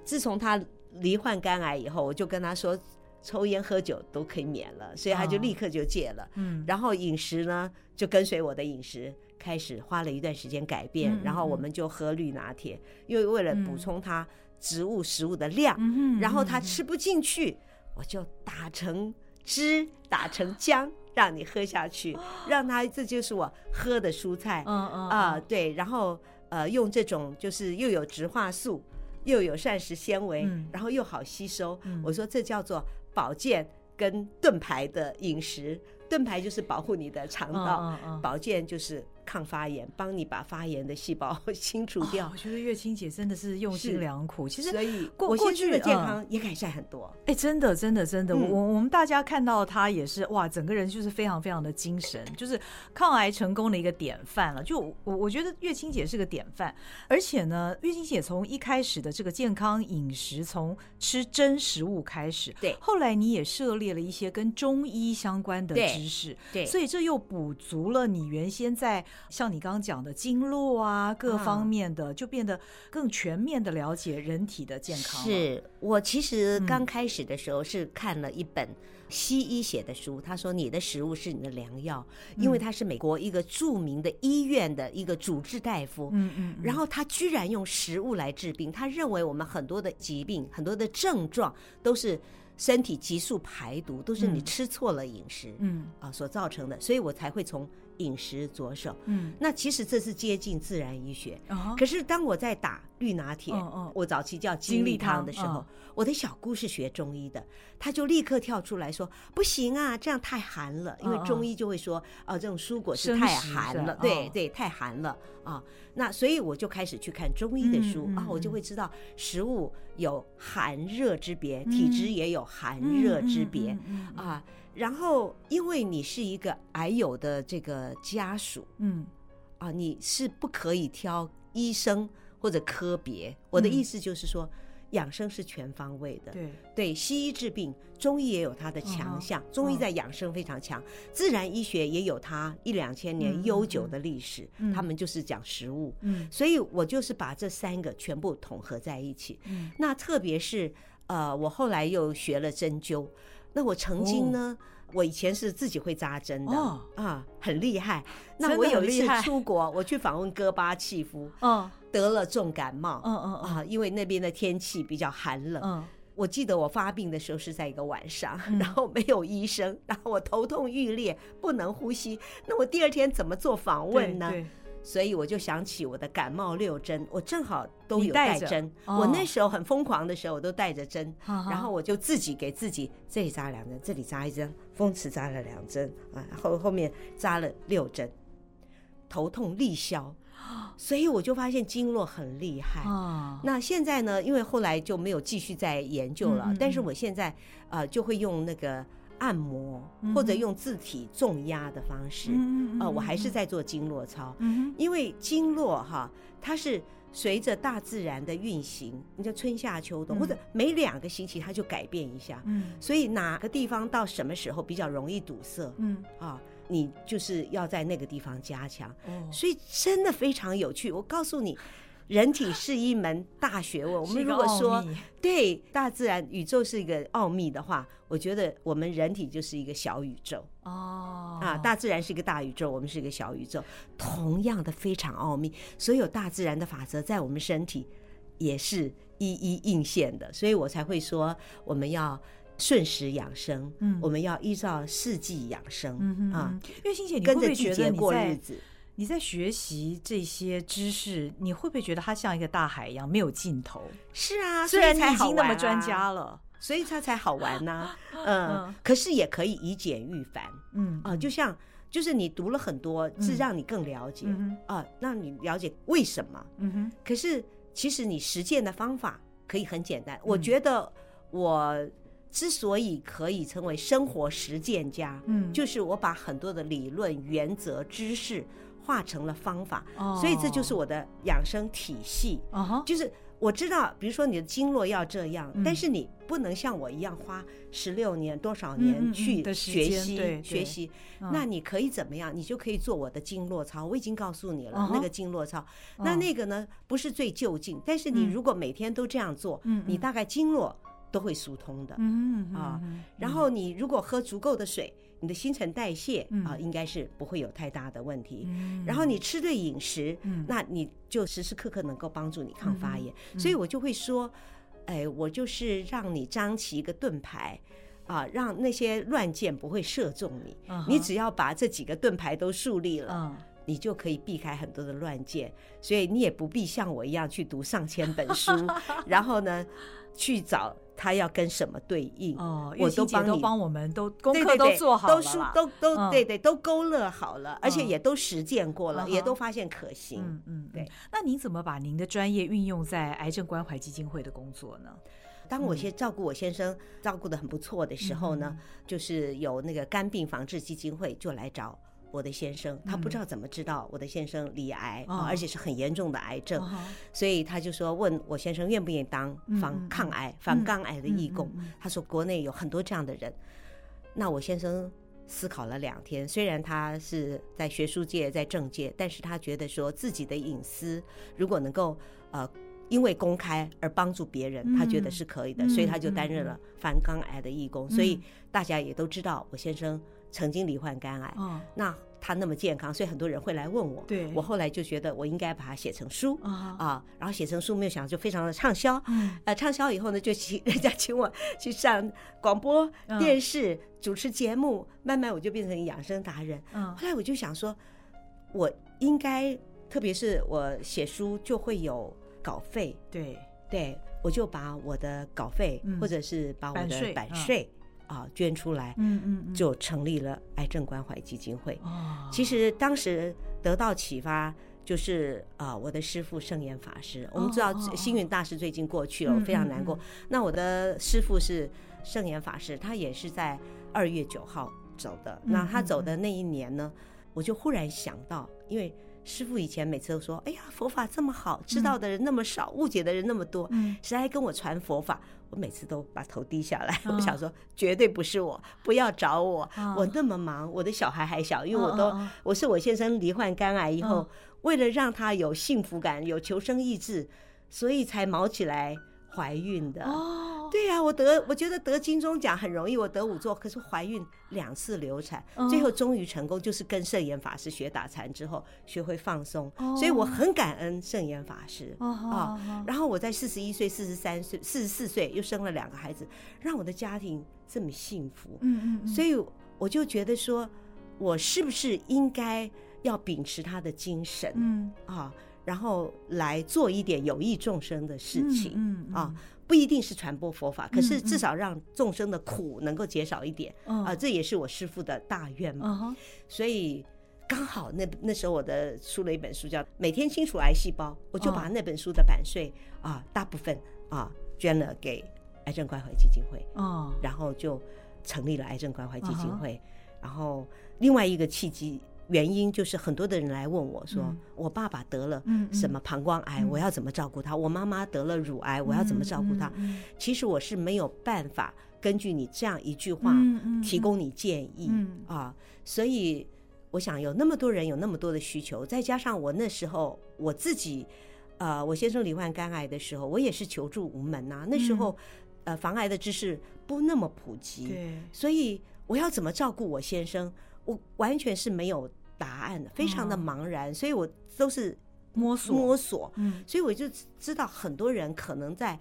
Speaker 2: 自从他罹患肝癌以后，我就跟他说，抽烟喝酒都可以免了，所以他就
Speaker 1: 哦
Speaker 2: 立刻就戒了。
Speaker 1: 嗯，
Speaker 2: 然后饮食呢，就跟随我的饮食开始花了一段时间改变，
Speaker 1: 嗯嗯
Speaker 2: 然后我们就喝绿拿铁，因为为了补充他植物食物的量，
Speaker 1: 嗯哼
Speaker 2: 然后他吃不进去，我就打成汁，打成浆，让你喝下
Speaker 1: 哦
Speaker 2: 去，让他这就是我喝的蔬菜
Speaker 1: 嗯嗯
Speaker 2: 啊、
Speaker 1: 嗯
Speaker 2: 对，然后呃用这种就是又有植化素，又有膳食纤维，
Speaker 1: 嗯
Speaker 2: 然后又好吸收，
Speaker 1: 嗯
Speaker 2: 我说这叫做保健跟盾牌的饮食，盾牌就是保护你的肠
Speaker 1: 嗯
Speaker 2: 道，
Speaker 1: 嗯嗯
Speaker 2: 保健就是抗发炎，帮你把发炎的细胞 清除
Speaker 1: 哦
Speaker 2: 掉。
Speaker 1: 我觉得月清姐真的是用
Speaker 2: 是
Speaker 1: 心良苦。其实
Speaker 2: 所以
Speaker 1: 过
Speaker 2: 我
Speaker 1: 过
Speaker 2: 现在的
Speaker 1: 去
Speaker 2: 健
Speaker 1: 嗯
Speaker 2: 康也改善很多。
Speaker 1: 哎、真的，真的，真的，
Speaker 2: 嗯
Speaker 1: 我我们大家看到他也是哇，整个人就是非常非常的精神，就是抗癌成功的一个典范了。就我我觉得月清姐是个典范，而且呢，月清姐从一开始的这个健康饮食，从吃真食物开始，
Speaker 2: 对
Speaker 1: 后来你也涉猎了一些跟中医相关的
Speaker 2: 对
Speaker 1: 知识，
Speaker 2: 对
Speaker 1: 所以这又补足了你原先在像你刚刚讲的经络啊各方
Speaker 2: 嗯
Speaker 1: 面的，就变得更全面的了解人体的健康了，
Speaker 2: 是我其实
Speaker 1: 嗯
Speaker 2: 刚开始的时候是看了一本西医写的书，他说你的食物是你的良药，因为
Speaker 1: 嗯
Speaker 2: 他是美国一个著名的医院的一个主治大夫。
Speaker 1: 嗯嗯，嗯
Speaker 2: 然后他居然用食物来治病，他认为我们很多的疾病、很多的症状都是身体急速排毒，都是你
Speaker 1: 嗯
Speaker 2: 吃错了饮食
Speaker 1: 嗯
Speaker 2: 啊、所造成的，所以我才会从饮食着手。
Speaker 1: 嗯。
Speaker 2: 那其实这是接近自然医学，
Speaker 1: 啊
Speaker 2: 可是当我在打绿拿铁，
Speaker 1: 嗯嗯
Speaker 2: 我早期叫精力汤的时候，
Speaker 1: 哦
Speaker 2: 我的小姑是学中医的，她就立刻跳出来说：“不行啊，这样太寒了。”因为
Speaker 1: 嗯嗯
Speaker 2: 中医就会说：“哦、这种蔬果是
Speaker 1: 生
Speaker 2: 太
Speaker 1: 食
Speaker 2: 寒
Speaker 1: 是
Speaker 2: 了，
Speaker 1: 吧
Speaker 2: 对
Speaker 1: 哦
Speaker 2: 对，太寒了啊。”那所以我就开始去看中医的书、
Speaker 1: 嗯嗯
Speaker 2: 啊，我就
Speaker 1: 嗯
Speaker 2: 会知道啊食物有寒热之别，体质
Speaker 1: 嗯
Speaker 2: 也有寒热之别、
Speaker 1: 嗯嗯嗯
Speaker 2: 啊。然后，因为你是一个癌友的这个家属，
Speaker 1: 嗯
Speaker 2: 啊，你是不可以挑医生或者科别。我的
Speaker 1: 嗯
Speaker 2: 意思就是说，养生是全方位的。
Speaker 1: 对，
Speaker 2: 对，西医治病，中医也有它的
Speaker 1: 嗯
Speaker 2: 强
Speaker 1: 哼
Speaker 2: 项，中医
Speaker 1: 嗯
Speaker 2: 在养生非常强，自然医学也有它一两
Speaker 1: 嗯
Speaker 2: 千年
Speaker 1: 嗯
Speaker 2: 悠久
Speaker 1: 嗯
Speaker 2: 的历史，
Speaker 1: 嗯
Speaker 2: 他们就是讲食物。
Speaker 1: 嗯
Speaker 2: 所以我就是把这三个全部统合在一起。
Speaker 1: 嗯
Speaker 2: 那特别是呃，我后来又学了针灸。那我曾经呢，我以前是自己会扎针的、
Speaker 1: 哦
Speaker 2: 啊，很厉害。
Speaker 1: 真
Speaker 2: 那
Speaker 1: 的
Speaker 2: 我有
Speaker 1: 很
Speaker 2: 一
Speaker 1: 厉
Speaker 2: 次
Speaker 1: 害
Speaker 2: 出国，我去访问戈巴契夫，
Speaker 1: 嗯
Speaker 2: 得了重感冒、
Speaker 1: 嗯嗯嗯
Speaker 2: 啊，因为那边的天气比较寒冷。
Speaker 1: 嗯，
Speaker 2: 我记得我发病的时候是在一个晚上，
Speaker 1: 嗯
Speaker 2: 然后没有医生，然后我头痛欲裂，不能呼吸。那我第二天怎么做访问呢？
Speaker 1: 对？对
Speaker 2: 所以我就想起我的感冒六针，我正好都
Speaker 1: 你
Speaker 2: 有
Speaker 1: 带
Speaker 2: 带
Speaker 1: 着
Speaker 2: 针。
Speaker 1: 哦
Speaker 2: 我那时候很疯狂的时候，我都带着针，
Speaker 1: 哈哈
Speaker 2: 然后我就自己给自己这里扎两针，这里扎一针，风池扎了两针啊，后后面扎了六针，头痛立 消。所以我就发现经络很厉害。
Speaker 1: 啊，
Speaker 2: 那现在呢？因为后来就没有继续再研究了，
Speaker 1: 嗯嗯
Speaker 2: 但是
Speaker 1: 嗯
Speaker 2: 我现在呃就会用那个按摩、
Speaker 1: 嗯
Speaker 2: 或者
Speaker 1: 哼
Speaker 2: 用自体重压的方式，
Speaker 1: 嗯嗯嗯
Speaker 2: 呃，我还是
Speaker 1: 嗯
Speaker 2: 在做经络操。
Speaker 1: 嗯
Speaker 2: 因为经络哈，它是随着大自然的运行，你就春夏秋冬，
Speaker 1: 嗯
Speaker 2: 或者每两个星期它就改变一下。
Speaker 1: 嗯
Speaker 2: 所以哪个地方到什么时候比较容易堵塞
Speaker 1: 嗯
Speaker 2: 啊？你就是要在那个地方加强。
Speaker 1: 嗯，哦
Speaker 2: 所以真的非常有趣。我告诉你，人体是一门大学问。我
Speaker 1: 是
Speaker 2: 们
Speaker 1: 一个
Speaker 2: 如果
Speaker 1: 奥
Speaker 2: 说
Speaker 1: 秘
Speaker 2: 对大自然、宇宙是一个奥秘的话，我觉得我们人体就是一个小宇宙。
Speaker 1: 哦
Speaker 2: 啊，大自然是一个大宇宙，我们是一个小宇宙，同样的非常奥秘。所有大自然的法则在我们身体也是一一应现的，所以我才会说我们要顺时养生，
Speaker 1: 嗯
Speaker 2: 我们要依照四季养生、
Speaker 1: 嗯哼
Speaker 2: 啊，，
Speaker 1: 嗯月欣姐，你会
Speaker 2: 跟
Speaker 1: 不
Speaker 2: 着
Speaker 1: 会
Speaker 2: 季
Speaker 1: 觉
Speaker 2: 节
Speaker 1: 得你
Speaker 2: 过日
Speaker 1: 在
Speaker 2: 子。
Speaker 1: 你在学习这些知识，你会不会觉得它像一个大海一样没有尽头？
Speaker 2: 是啊，
Speaker 1: 虽
Speaker 2: 所以
Speaker 1: 然你
Speaker 2: 才
Speaker 1: 已
Speaker 2: 好
Speaker 1: 经那么
Speaker 2: 玩
Speaker 1: 专
Speaker 2: 啊
Speaker 1: 家了，
Speaker 2: 所以它才好 玩呐、嗯
Speaker 1: 嗯，
Speaker 2: 可是也可以以简驭繁
Speaker 1: 嗯
Speaker 2: 啊、就像就是你读了很多，是
Speaker 1: 嗯
Speaker 2: 让你更了解
Speaker 1: 嗯哼
Speaker 2: 啊、让你了解为什么。
Speaker 1: 嗯哼
Speaker 2: 可是其实你实践的方法可以很简单。我
Speaker 1: 嗯
Speaker 2: 觉得我之所以可以成为生活实践家，
Speaker 1: 嗯，
Speaker 2: 就是我把很多的理论、原则、知识化成了方法，
Speaker 1: 哦
Speaker 2: 所以这就是我的养生体系。
Speaker 1: 啊哈，
Speaker 2: 就是我知道，比如说你的经络要这样，
Speaker 1: 嗯
Speaker 2: 但是你不能像我一样花十六年多少
Speaker 1: 嗯嗯嗯
Speaker 2: 年去
Speaker 1: 的时
Speaker 2: 学
Speaker 1: 间
Speaker 2: 习、
Speaker 1: 对嗯对
Speaker 2: 学习。那你可以怎么样？你就可以做我的经络操，我已经告诉你了，
Speaker 1: 嗯哼
Speaker 2: 那个经络操。那
Speaker 1: 哦
Speaker 2: 那个呢，不是最就近，但是你
Speaker 1: 嗯
Speaker 2: 如果每天都这样做，
Speaker 1: 嗯
Speaker 2: 你大概经络都会疏通的。
Speaker 1: 嗯
Speaker 2: 啊，
Speaker 1: 嗯嗯
Speaker 2: 然后你如果喝足够的水，你的新陈代谢啊、
Speaker 1: 嗯
Speaker 2: 应该是不会有太大的问题。
Speaker 1: 嗯
Speaker 2: 然后你吃对饮食，
Speaker 1: 嗯
Speaker 2: 那你就时时刻刻能够帮助你抗发炎。所以
Speaker 1: 嗯
Speaker 2: 我就会说，哎，我就是让你张起一个盾牌。啊，让那些乱箭不会射中你。
Speaker 1: 嗯哼
Speaker 2: 你只要把这几个盾牌都树立了，
Speaker 1: 嗯
Speaker 2: 你就可以避开很多的乱箭，所以你也不必像我一样去读上千本 书，然后呢，去找它要跟什么对应。
Speaker 1: 哦，
Speaker 2: 我
Speaker 1: 月
Speaker 2: 都
Speaker 1: 心姐
Speaker 2: 帮
Speaker 1: 都
Speaker 2: 你
Speaker 1: 帮我们都功
Speaker 2: 对
Speaker 1: 课
Speaker 2: 对
Speaker 1: 都
Speaker 2: 对
Speaker 1: 做好
Speaker 2: 都
Speaker 1: 了
Speaker 2: 书
Speaker 1: 啦，
Speaker 2: 都都、
Speaker 1: 嗯
Speaker 2: 对对，都勾勒好了，而且
Speaker 1: 嗯
Speaker 2: 也都实践过了，
Speaker 1: 嗯哼
Speaker 2: 也都发现可行。
Speaker 1: 嗯嗯，
Speaker 2: 对
Speaker 1: 嗯。那您怎么把您的专业运用在癌症关怀基金会的工作呢？
Speaker 2: 当
Speaker 1: 嗯
Speaker 2: 我先照顾我先生照顾的很不错的时候呢，就是有那个肝病防治基金会就来找我的先生，他不知道怎么知道我的先生罹癌，
Speaker 1: 嗯哦
Speaker 2: 啊而且是很严重的癌症，
Speaker 1: 哦
Speaker 2: 所以他就说问我先生愿不愿意当
Speaker 1: 嗯
Speaker 2: 防
Speaker 1: 嗯
Speaker 2: 抗癌、防肝癌的义工。
Speaker 1: 嗯嗯嗯
Speaker 2: 他说国内有很多这样的人。那我先生思考了两天，虽然他是在学术界、在政界，但是他觉得说自己的隐私如果能够呃。因为公开而帮助别人，他觉得
Speaker 1: 嗯
Speaker 2: 是可以的，
Speaker 1: 嗯
Speaker 2: 所以他就
Speaker 1: 嗯
Speaker 2: 担
Speaker 1: 嗯
Speaker 2: 任了防肝癌的义工。所以大家也都知道，我先生曾经罹患肝癌，
Speaker 1: 哦，
Speaker 2: 那他那么健康，所以很多人会来问我。
Speaker 1: 对
Speaker 2: 我后来就觉得我应该把它写成书
Speaker 1: 啊，
Speaker 2: 啊，然后写成书，没有想到就非常的畅销。
Speaker 1: 嗯
Speaker 2: 呃，畅销以后呢，就请人家请我去上广播
Speaker 1: 嗯
Speaker 2: 电视主持节目，慢慢我就变成养生达人。
Speaker 1: 嗯
Speaker 2: 后来我就想说，我应该，特别是我写书就会有稿费，
Speaker 1: 对，
Speaker 2: 对我就把我的稿费、
Speaker 1: 嗯
Speaker 2: 或者是把我
Speaker 1: 版
Speaker 2: 的
Speaker 1: 税
Speaker 2: 版
Speaker 1: 嗯
Speaker 2: 税啊、捐出来，
Speaker 1: 嗯嗯嗯，
Speaker 2: 就成立了癌症关怀基金会。
Speaker 1: 哦，
Speaker 2: 其实当时得到启发。就是啊、我的师傅圣严法师，我们知道
Speaker 1: 哦哦
Speaker 2: 星云大师最近过去了，
Speaker 1: 嗯
Speaker 2: 我非常
Speaker 1: 嗯
Speaker 2: 难过。
Speaker 1: 嗯
Speaker 2: 那我的师傅是圣严法师，他也是在二月九号走的。
Speaker 1: 嗯
Speaker 2: 那他走的那一年呢，我就忽然想到，因为师傅以前每次都说：“哎呀，佛法这么好，知道的人那么少，误解的人那么多。”
Speaker 1: 嗯
Speaker 2: 谁来跟我传佛法？我每次都把头低下来，
Speaker 1: 哦
Speaker 2: 我想说绝对不是我，不要找我，
Speaker 1: 哦
Speaker 2: 我那么忙，我的小孩还小，因为
Speaker 1: 哦
Speaker 2: 我都、
Speaker 1: 哦哦
Speaker 2: 我是我先生罹患肝癌以后，
Speaker 1: 嗯
Speaker 2: 为了让他有幸福感、有求生意志，所以才毛起来怀孕的。
Speaker 1: 哦，
Speaker 2: 对啊呀、我得我觉得得金钟奖很容易，我得五座，可是怀孕两次流产，
Speaker 1: 嗯
Speaker 2: 最后终于成功，就是跟圣严法师学打禅之后学会放松，
Speaker 1: 哦
Speaker 2: 所以我很感恩圣严法师。
Speaker 1: 哦哦哦
Speaker 2: 然后我在四十一岁、四十三岁、四十四岁又生了两个孩子，让我的家庭这么幸福，
Speaker 1: 嗯嗯嗯，
Speaker 2: 所以我就觉得说，我是不是应该要秉持他的精神、
Speaker 1: 嗯
Speaker 2: 啊，然后来做一点有益众生的事情。
Speaker 1: 嗯嗯
Speaker 2: 啊，不一定是传播佛法，可是
Speaker 1: 嗯
Speaker 2: 至少让众生的苦能够减少一点
Speaker 1: 嗯
Speaker 2: 啊，这也是我师父的大愿嘛。
Speaker 1: 嗯哼
Speaker 2: 所以刚好那那时候我的出了一本书叫《每天清除癌细胞》，
Speaker 1: 哦
Speaker 2: 我就把那本书的版税啊大部分啊捐了给癌症关怀基金会，
Speaker 1: 哦
Speaker 2: 然后就成立了癌症关怀基金
Speaker 1: 嗯
Speaker 2: 会。然后另外一个契机原因就是很多的人来问我说，
Speaker 1: 嗯
Speaker 2: 我爸爸得了
Speaker 1: 嗯嗯
Speaker 2: 什么膀胱癌，
Speaker 1: 嗯
Speaker 2: 我要怎么照顾他？我妈妈得了乳癌，我要怎么照顾他？
Speaker 1: 嗯
Speaker 2: 其实我是没有办法根据你这样一句话
Speaker 1: 嗯嗯
Speaker 2: 提供你建议、
Speaker 1: 嗯
Speaker 2: 啊，所以我想有那么多人有那么多的需求，再加上我那时候我自己，呃，我先生罹患肝癌的时候，我也是求助无门呐、那时候、呃，防癌的知识不那么普
Speaker 1: 嗯
Speaker 2: 及，
Speaker 1: 对，
Speaker 2: 所以我要怎么照顾我先生，我完全是没有答案的，非常的
Speaker 1: 哦
Speaker 2: 茫然，所以我都是
Speaker 1: 摸索
Speaker 2: 摸索，
Speaker 1: 嗯
Speaker 2: 所以我就知道很多人可能在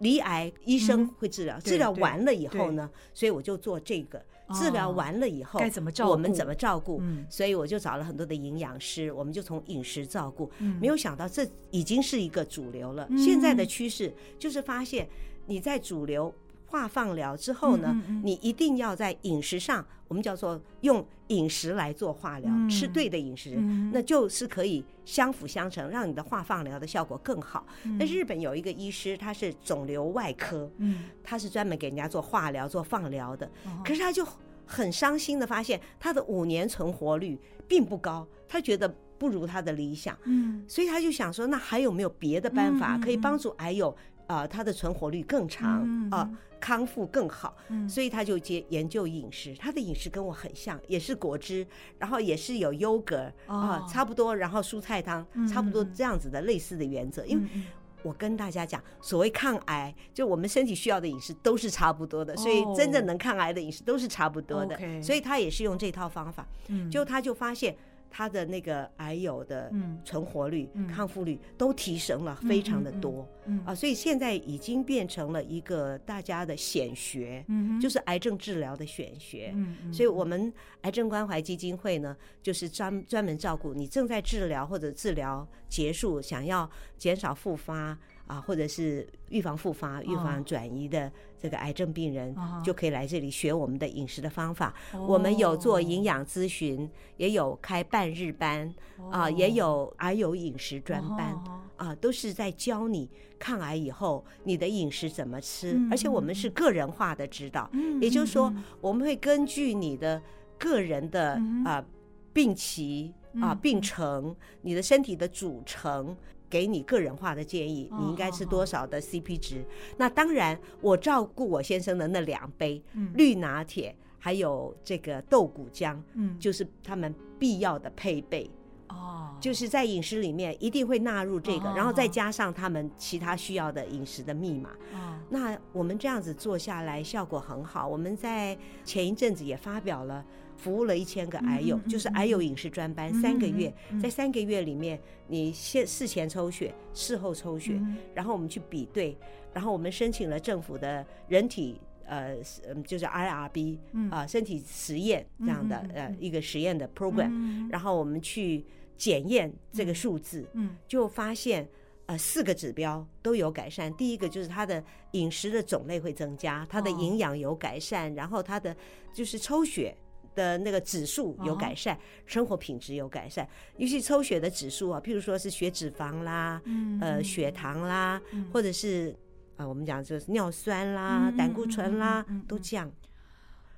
Speaker 2: 离癌，医生
Speaker 1: 嗯
Speaker 2: 会治疗，
Speaker 1: 对哦
Speaker 2: 治疗完了以后呢，所以我就做这个。治疗完了以后，
Speaker 1: 该怎么照顾
Speaker 2: 我们怎么照顾？
Speaker 1: 嗯
Speaker 2: 所以我就找了很多的营养师，我们就从饮食照顾。
Speaker 1: 嗯
Speaker 2: 没有想到这已经是一个主流了。
Speaker 1: 嗯
Speaker 2: 现在的趋势就是发现你在主流化放疗之后呢，
Speaker 1: 嗯嗯嗯
Speaker 2: 你一定要在饮食上，我们叫做用饮食来做化疗，
Speaker 1: 嗯
Speaker 2: 吃对的饮食，
Speaker 1: 嗯
Speaker 2: 那就是可以相辅相成，让你的化放疗的效果更好。那、日本有一个医师，他是肿瘤外科，
Speaker 1: 嗯
Speaker 2: 他是专门给人家做化疗、做放疗的，
Speaker 1: 哦
Speaker 2: 可是他就很伤心的发现，他的五年存活率并不高，他觉得不如他的理想，
Speaker 1: 嗯，
Speaker 2: 所以他就想说，那还有没有别的办法
Speaker 1: 嗯嗯
Speaker 2: 可以帮助癌友啊、呃他的存活率更长
Speaker 1: 嗯嗯
Speaker 2: 啊、康复更好？
Speaker 1: 嗯
Speaker 2: 所以他就接研究饮食，他的饮食跟我很像，也是果汁，然后也是有优格啊、
Speaker 1: 哦
Speaker 2: 差不多，然后蔬菜汤
Speaker 1: 嗯，
Speaker 2: 差不多
Speaker 1: 嗯嗯
Speaker 2: 这样子的类似的原则。因为
Speaker 1: 嗯
Speaker 2: 我跟大家讲，所谓抗癌，就我们身体需要的饮食都是差不多的，所以
Speaker 1: 哦
Speaker 2: 真正能抗癌的饮食都是差不多的
Speaker 1: OK。
Speaker 2: 所以他也是用这套方法，
Speaker 1: 嗯
Speaker 2: 就他就发现他的那个癌友的
Speaker 1: 嗯
Speaker 2: 存活率
Speaker 1: 嗯、
Speaker 2: 康复率都提升了，非常的多
Speaker 1: 嗯
Speaker 2: 啊，所以现在已经变成了一个大家的显学。
Speaker 1: 嗯
Speaker 2: 就是是癌症治疗的选学。
Speaker 1: 嗯
Speaker 2: 所以，我们癌症关怀基金会呢，就是专专门照顾你正在治疗或者治疗结束，想要减少复发啊，或者是预防复发、预
Speaker 1: 哦
Speaker 2: 防转移的这个癌症病人
Speaker 1: 啊哈，
Speaker 2: 就可以来这里学我们的饮食的方法。
Speaker 1: 哦
Speaker 2: 我们有做营养咨询，也有开半日班
Speaker 1: 哦
Speaker 2: 啊，也有癌友饮食专班。啊，都是在教你抗癌以后你的饮食怎么吃，
Speaker 1: 嗯
Speaker 2: 而且我们是个人化的指导，也就是说，我们会根据你的个人的啊、
Speaker 1: 嗯哼
Speaker 2: 病期啊、
Speaker 1: 嗯
Speaker 2: 病程、你的身体的组成。给你个人化的建议，
Speaker 1: 哦
Speaker 2: 你应该吃
Speaker 1: 好
Speaker 2: 多少的 CP 值？那当然，我照顾我先生的那两杯、
Speaker 1: 嗯
Speaker 2: 绿拿铁，还有这个豆鼓浆，
Speaker 1: 嗯
Speaker 2: 就是他们必要的配备。
Speaker 1: 哦，
Speaker 2: 就是在饮食里面一定会纳入这个，
Speaker 1: 哦
Speaker 2: 然后再加上他们其他需要的饮食的密码。
Speaker 1: 哦
Speaker 2: 那我们这样子做下来效果很好。我们在前一阵子也发表了，服务了一千个癌友，
Speaker 1: 嗯嗯
Speaker 2: 就是癌友饮食专班
Speaker 1: 嗯
Speaker 2: 三个月，
Speaker 1: 嗯嗯
Speaker 2: 在三个月里面，你先事前抽血，事后抽血，
Speaker 1: 嗯
Speaker 2: 然后我们去比对，然后我们申请了政府的人体呃嗯就是 IRB
Speaker 1: 嗯
Speaker 2: 啊、身体实验这样的
Speaker 1: 嗯嗯嗯
Speaker 2: 呃
Speaker 1: 嗯
Speaker 2: 一个实验的 program，
Speaker 1: 嗯
Speaker 2: 然后我们去检验这个数字，
Speaker 1: 嗯
Speaker 2: 就发现呃四个指标都有改善。第一个就是他的饮食的种类会增加，他的
Speaker 1: 哦
Speaker 2: 营养有改善，然后他的就是抽血。的那个指数
Speaker 1: 哦
Speaker 2: 有改善，生活品质有改善。尤其抽血的指数啊，譬如说是血脂肪啦，
Speaker 1: 嗯
Speaker 2: 呃，血糖啦，
Speaker 1: 嗯
Speaker 2: 或者是啊、我们讲就是尿酸啦、
Speaker 1: 嗯
Speaker 2: 胆固醇啦，
Speaker 1: 嗯嗯嗯嗯嗯
Speaker 2: 都降。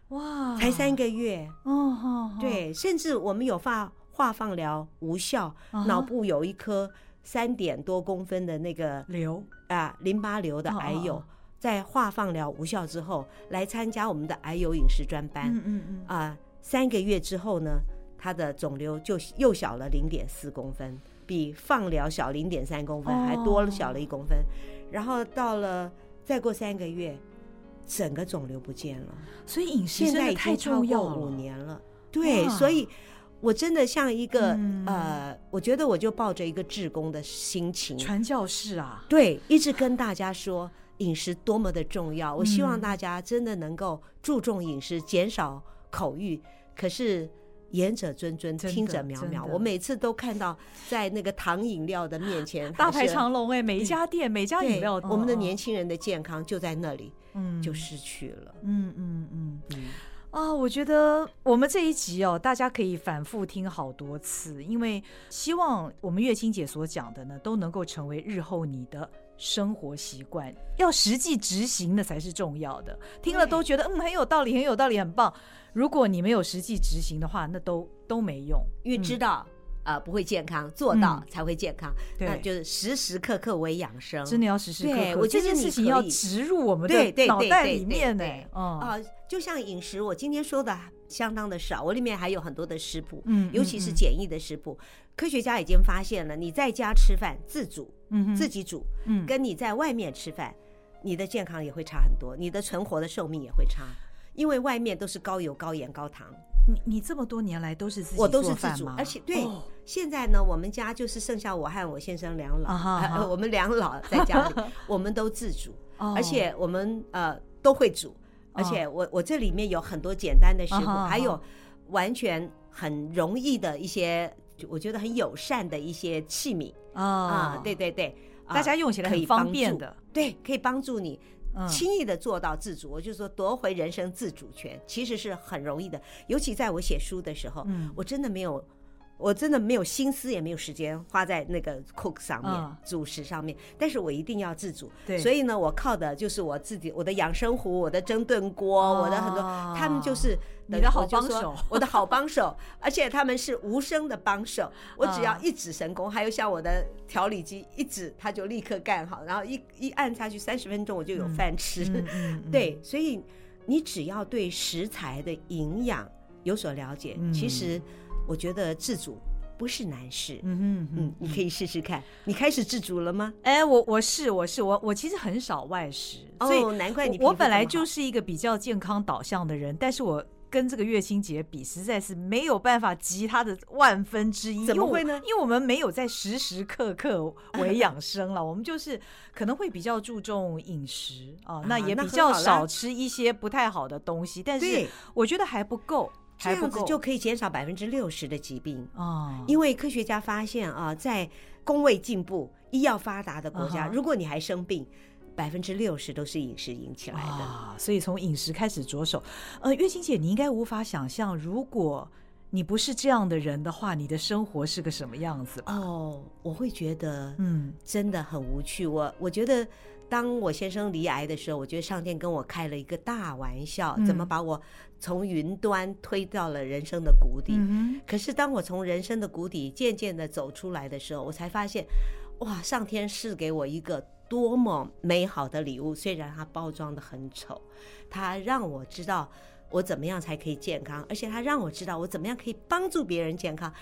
Speaker 1: 哇，
Speaker 2: 才三个月，
Speaker 1: 哦哦，哦，
Speaker 2: 对，甚至我们有发化放疗无效，
Speaker 1: 啊哈
Speaker 2: 脑部有一颗三点多公分的那个
Speaker 1: 瘤
Speaker 2: 啊淋巴瘤的
Speaker 1: 哦哦
Speaker 2: 癌友
Speaker 1: 哦，
Speaker 2: 在化放疗无效之后，来参加我们的癌友饮食专班
Speaker 1: 嗯嗯嗯
Speaker 2: 啊，三个月之后呢，他的肿瘤就又小了零点四公分，比放疗小零点三公分，还多了小了一公分，然后到了再过三个月，整个肿瘤不见了。
Speaker 1: 所以饮食
Speaker 2: 现
Speaker 1: 真
Speaker 2: 在
Speaker 1: 的
Speaker 2: 已
Speaker 1: 太
Speaker 2: 经超
Speaker 1: 重
Speaker 2: 过
Speaker 1: 要
Speaker 2: 五
Speaker 1: 了。
Speaker 2: 年了，对，
Speaker 1: 哇
Speaker 2: 所以我真的像一个、
Speaker 1: 嗯
Speaker 2: 呃，我觉得我就抱着一个志工的心情，
Speaker 1: 传教士啊，
Speaker 2: 对，一直跟大家说饮食多么的重要。我
Speaker 1: 嗯
Speaker 2: 希望大家真的能够注重饮食，减少口欲。可是。言者谆谆，
Speaker 1: 真的
Speaker 2: 听者渺
Speaker 1: 真
Speaker 2: 渺。
Speaker 1: 的
Speaker 2: 我每次都看到，在那个糖饮料的面前，
Speaker 1: 大
Speaker 2: 还
Speaker 1: 排
Speaker 2: 是
Speaker 1: 长龙哎，每一家店每家
Speaker 2: 对
Speaker 1: 饮料，
Speaker 2: 我们的
Speaker 1: 嗯
Speaker 2: 年轻人的健康就在那里
Speaker 1: 嗯
Speaker 2: 就失去了。
Speaker 1: 嗯嗯嗯
Speaker 2: 嗯，
Speaker 1: 啊，我觉得我们这一集哦，大家可以反复听好多次，因为希望我们月清姐所讲的呢，都能够成为日后你的。生活习惯要实际执行的才是重要的，听了
Speaker 2: 对
Speaker 1: 都觉得嗯很有道理，很有道理，很棒。如果你没有实际执行的话，那都都没用。
Speaker 2: 因为知道、啊不会健康，做
Speaker 1: 嗯
Speaker 2: 到才会健康，
Speaker 1: 对
Speaker 2: 那就是时时刻刻为养生。
Speaker 1: 真的要时时刻
Speaker 2: 对
Speaker 1: 刻，
Speaker 2: 我觉
Speaker 1: 这
Speaker 2: 得
Speaker 1: 件
Speaker 2: 你
Speaker 1: 事情
Speaker 2: 可
Speaker 1: 要
Speaker 2: 以
Speaker 1: 植入我们
Speaker 2: 对
Speaker 1: 的
Speaker 2: 对
Speaker 1: 脑
Speaker 2: 对
Speaker 1: 袋
Speaker 2: 对
Speaker 1: 里
Speaker 2: 对
Speaker 1: 面呢
Speaker 2: 对。
Speaker 1: 嗯
Speaker 2: 啊、就像饮食，我今天说的相当的少，我里面还有很多的食谱，
Speaker 1: 嗯
Speaker 2: 尤其是
Speaker 1: 嗯嗯
Speaker 2: 简易的食谱。科学家已经发现了，你在家吃饭自煮、
Speaker 1: 嗯哼
Speaker 2: 自己煮，
Speaker 1: 嗯
Speaker 2: 跟你在外面吃饭，你的健康也会差很多，你的存活的寿命也会差，因为外面都是高油、高盐、高糖。
Speaker 1: 你你这么多年来都是自己
Speaker 2: 我都
Speaker 1: 做
Speaker 2: 是自
Speaker 1: 饭
Speaker 2: 主
Speaker 1: 吗，
Speaker 2: 而且对
Speaker 1: 哦。
Speaker 2: 现在呢，我们家就是剩下我和我先生两老
Speaker 1: 啊哈啊哈
Speaker 2: 呃， 我们两老在 家里，我们都自主，
Speaker 1: 哦
Speaker 2: 而且我们呃都会煮，而且我我这里面有很多简单的食
Speaker 1: 啊
Speaker 2: 谱，
Speaker 1: 哈啊哈
Speaker 2: 还有完全很容易的一些，我觉得很友善的一些器皿啊
Speaker 1: 啊，，
Speaker 2: 对对对，啊
Speaker 1: 大家用起来
Speaker 2: 可
Speaker 1: 很
Speaker 2: 以
Speaker 1: 方
Speaker 2: 帮
Speaker 1: 便
Speaker 2: 助
Speaker 1: 的，
Speaker 2: 对，可以帮助你
Speaker 1: 嗯
Speaker 2: 轻易的做到自主，我就说夺回人生自主权，其实是很容易的。尤其在我写书的时候，
Speaker 1: 嗯
Speaker 2: 我真的没有我真的没有心思，也没有时间花在那个 cook 上面、
Speaker 1: 嗯
Speaker 2: 主食上面，但是我一定要自主。
Speaker 1: 对
Speaker 2: 所以呢，我靠的就是我自己，我的养生壶、我的蒸炖锅、
Speaker 1: 哦
Speaker 2: 我的很多，他们就是
Speaker 1: 你的好帮手，
Speaker 2: 我就说 我的好帮手，而且他们是无声的帮手。
Speaker 1: 嗯
Speaker 2: 我只要一指神功，还有像我的调理机一指，它就立刻干好，然后一一按下去三十分钟我就有饭吃。
Speaker 1: 嗯嗯嗯
Speaker 2: 对，所以你只要对食材的营养有所了解，
Speaker 1: 嗯
Speaker 2: 其实我觉得自主不是难事。嗯
Speaker 1: 嗯嗯嗯。
Speaker 2: 你可以试试看。你开始自主了吗？
Speaker 1: 哎，我我是我是我我其实很少外食，所以
Speaker 2: 哦，难怪你
Speaker 1: 我我
Speaker 2: 皮肤
Speaker 1: 本来
Speaker 2: 这么
Speaker 1: 就
Speaker 2: 好
Speaker 1: 是一个比较健康导向的人，但是我跟这个月清姐比，实在是没有办法及她的万分之一。
Speaker 2: 怎
Speaker 1: 因
Speaker 2: 么
Speaker 1: 为我
Speaker 2: 会呢
Speaker 1: 因为我们没有在时时刻刻 为养生了，我们就是可能会比较注重饮食啊，那
Speaker 2: 啊
Speaker 1: 也
Speaker 2: 那
Speaker 1: 比
Speaker 2: 很
Speaker 1: 较
Speaker 2: 好啦
Speaker 1: 少吃一些不太好的东西，但是
Speaker 2: 对
Speaker 1: 我觉得还不够，
Speaker 2: 这
Speaker 1: 还不
Speaker 2: 样子
Speaker 1: 够
Speaker 2: 就可以减少百分之六十的疾病。
Speaker 1: 啊，
Speaker 2: 因为科学家发现啊，在工位进步、医药发达的国家
Speaker 1: 啊哈
Speaker 2: 如果你还生病，百分之六十都是饮食引起来的。
Speaker 1: 啊，所以从饮食开始着手。呃，月清姐，你应该无法想象，如果你不是这样的人的话，你的生活是个什么样子吧？
Speaker 2: 哦，我会觉得，
Speaker 1: 嗯，
Speaker 2: 真的很无趣。我我觉得，当我先生离癌的时候，我觉得上天跟我开了一个大玩笑，
Speaker 1: 嗯
Speaker 2: 怎么把我从云端推到了人生的谷底？
Speaker 1: 嗯
Speaker 2: 可是当我从人生的谷底渐渐的走出来的时候，我才发现，哇，上天是给我一个多么美好的礼物。虽然它包装的很丑，它让我知道我怎么样才可以健康，而且它让我知道我怎么样可以帮助别人健康，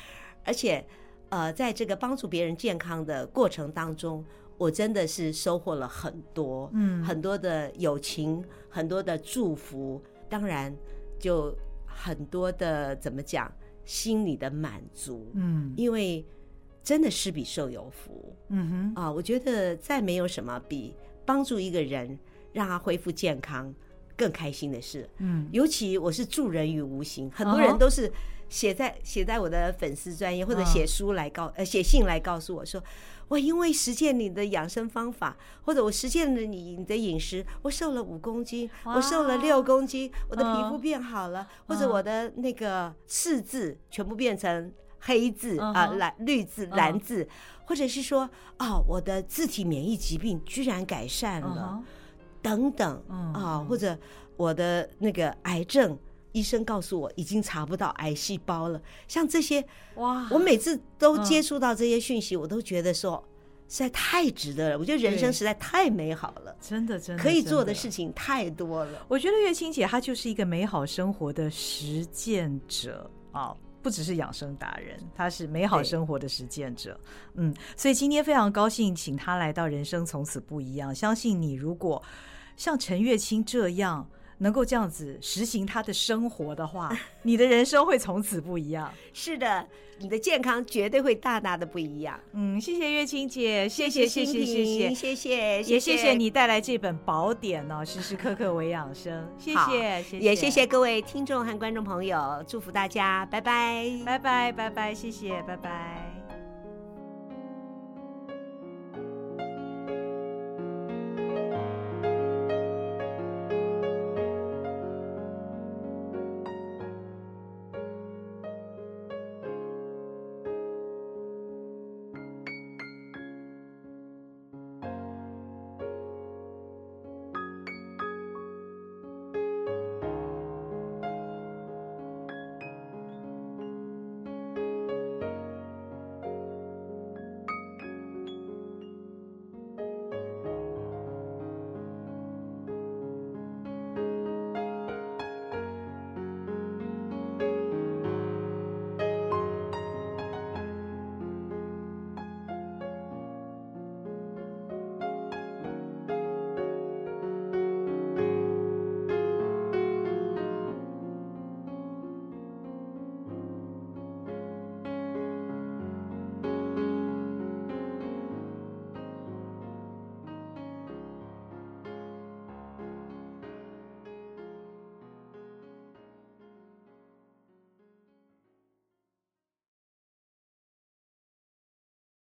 Speaker 2: 而且，呃，在这个帮助别人健康的过程当中。我真的是收获了很多，
Speaker 1: 嗯
Speaker 2: 很多的友情，很多的祝福，当然就很多的怎么讲，心里的满足，
Speaker 1: 嗯
Speaker 2: 因为真的施比受有福
Speaker 1: 嗯
Speaker 2: 啊！我觉得再没有什么比帮助一个人让他恢复健康更开心的事。
Speaker 1: 哼嗯
Speaker 2: 尤其我是助人于无形，很
Speaker 1: 哦
Speaker 2: 多人都是写在写在我的粉丝专业或者
Speaker 1: 嗯
Speaker 2: 写书来告呃写信来告诉我说，我因为实践你的养生方法，或者我实践了你你的饮食，我瘦了五公斤，
Speaker 1: 哇
Speaker 2: 我瘦了六公斤，我的皮肤
Speaker 1: 嗯
Speaker 2: 变好了，或
Speaker 1: 嗯
Speaker 2: 者我的那个赤字全部变成。黑字
Speaker 1: 嗯
Speaker 2: 啊，
Speaker 1: 哼
Speaker 2: 蓝绿字、
Speaker 1: 嗯
Speaker 2: 蓝字，或者是说，哦，我的自体免疫疾病居然改善
Speaker 1: 嗯
Speaker 2: 了，
Speaker 1: 哼
Speaker 2: 等等
Speaker 1: 嗯
Speaker 2: 啊
Speaker 1: 嗯，
Speaker 2: 或者我的那个癌症，医生告诉我已经查不到癌细胞了。像这些，
Speaker 1: 哇，
Speaker 2: 我每次都
Speaker 1: 嗯
Speaker 2: 接触到这些讯息，我都觉得说实在太值得了。我觉得人
Speaker 1: 对
Speaker 2: 生实在太美好了，
Speaker 1: 真的真的
Speaker 2: 可以做
Speaker 1: 真
Speaker 2: 的事情太多了。
Speaker 1: 我觉得月清姐她就是一个美好生活的实践者啊。不只是养生达人，她是美好
Speaker 2: 对
Speaker 1: 生活的实践者。嗯，所以今天非常高兴请她来到《人生从此不一样》。相信你如果像陈月清这样能够这样子实行她的生活的 话，你的人生会从此不一样。
Speaker 2: 是的，你的健康绝对会大大的不一样。
Speaker 1: 嗯，谢谢月清姐，谢谢谢谢谢谢
Speaker 2: 谢，谢谢，
Speaker 1: 也谢谢，你带来这本宝典哦，时时刻刻为养生。谢
Speaker 2: 好
Speaker 1: 谢，谢谢，
Speaker 2: 也谢谢各位听众和观众朋友，祝福大家，拜拜。
Speaker 1: 拜拜拜拜，谢谢，拜拜。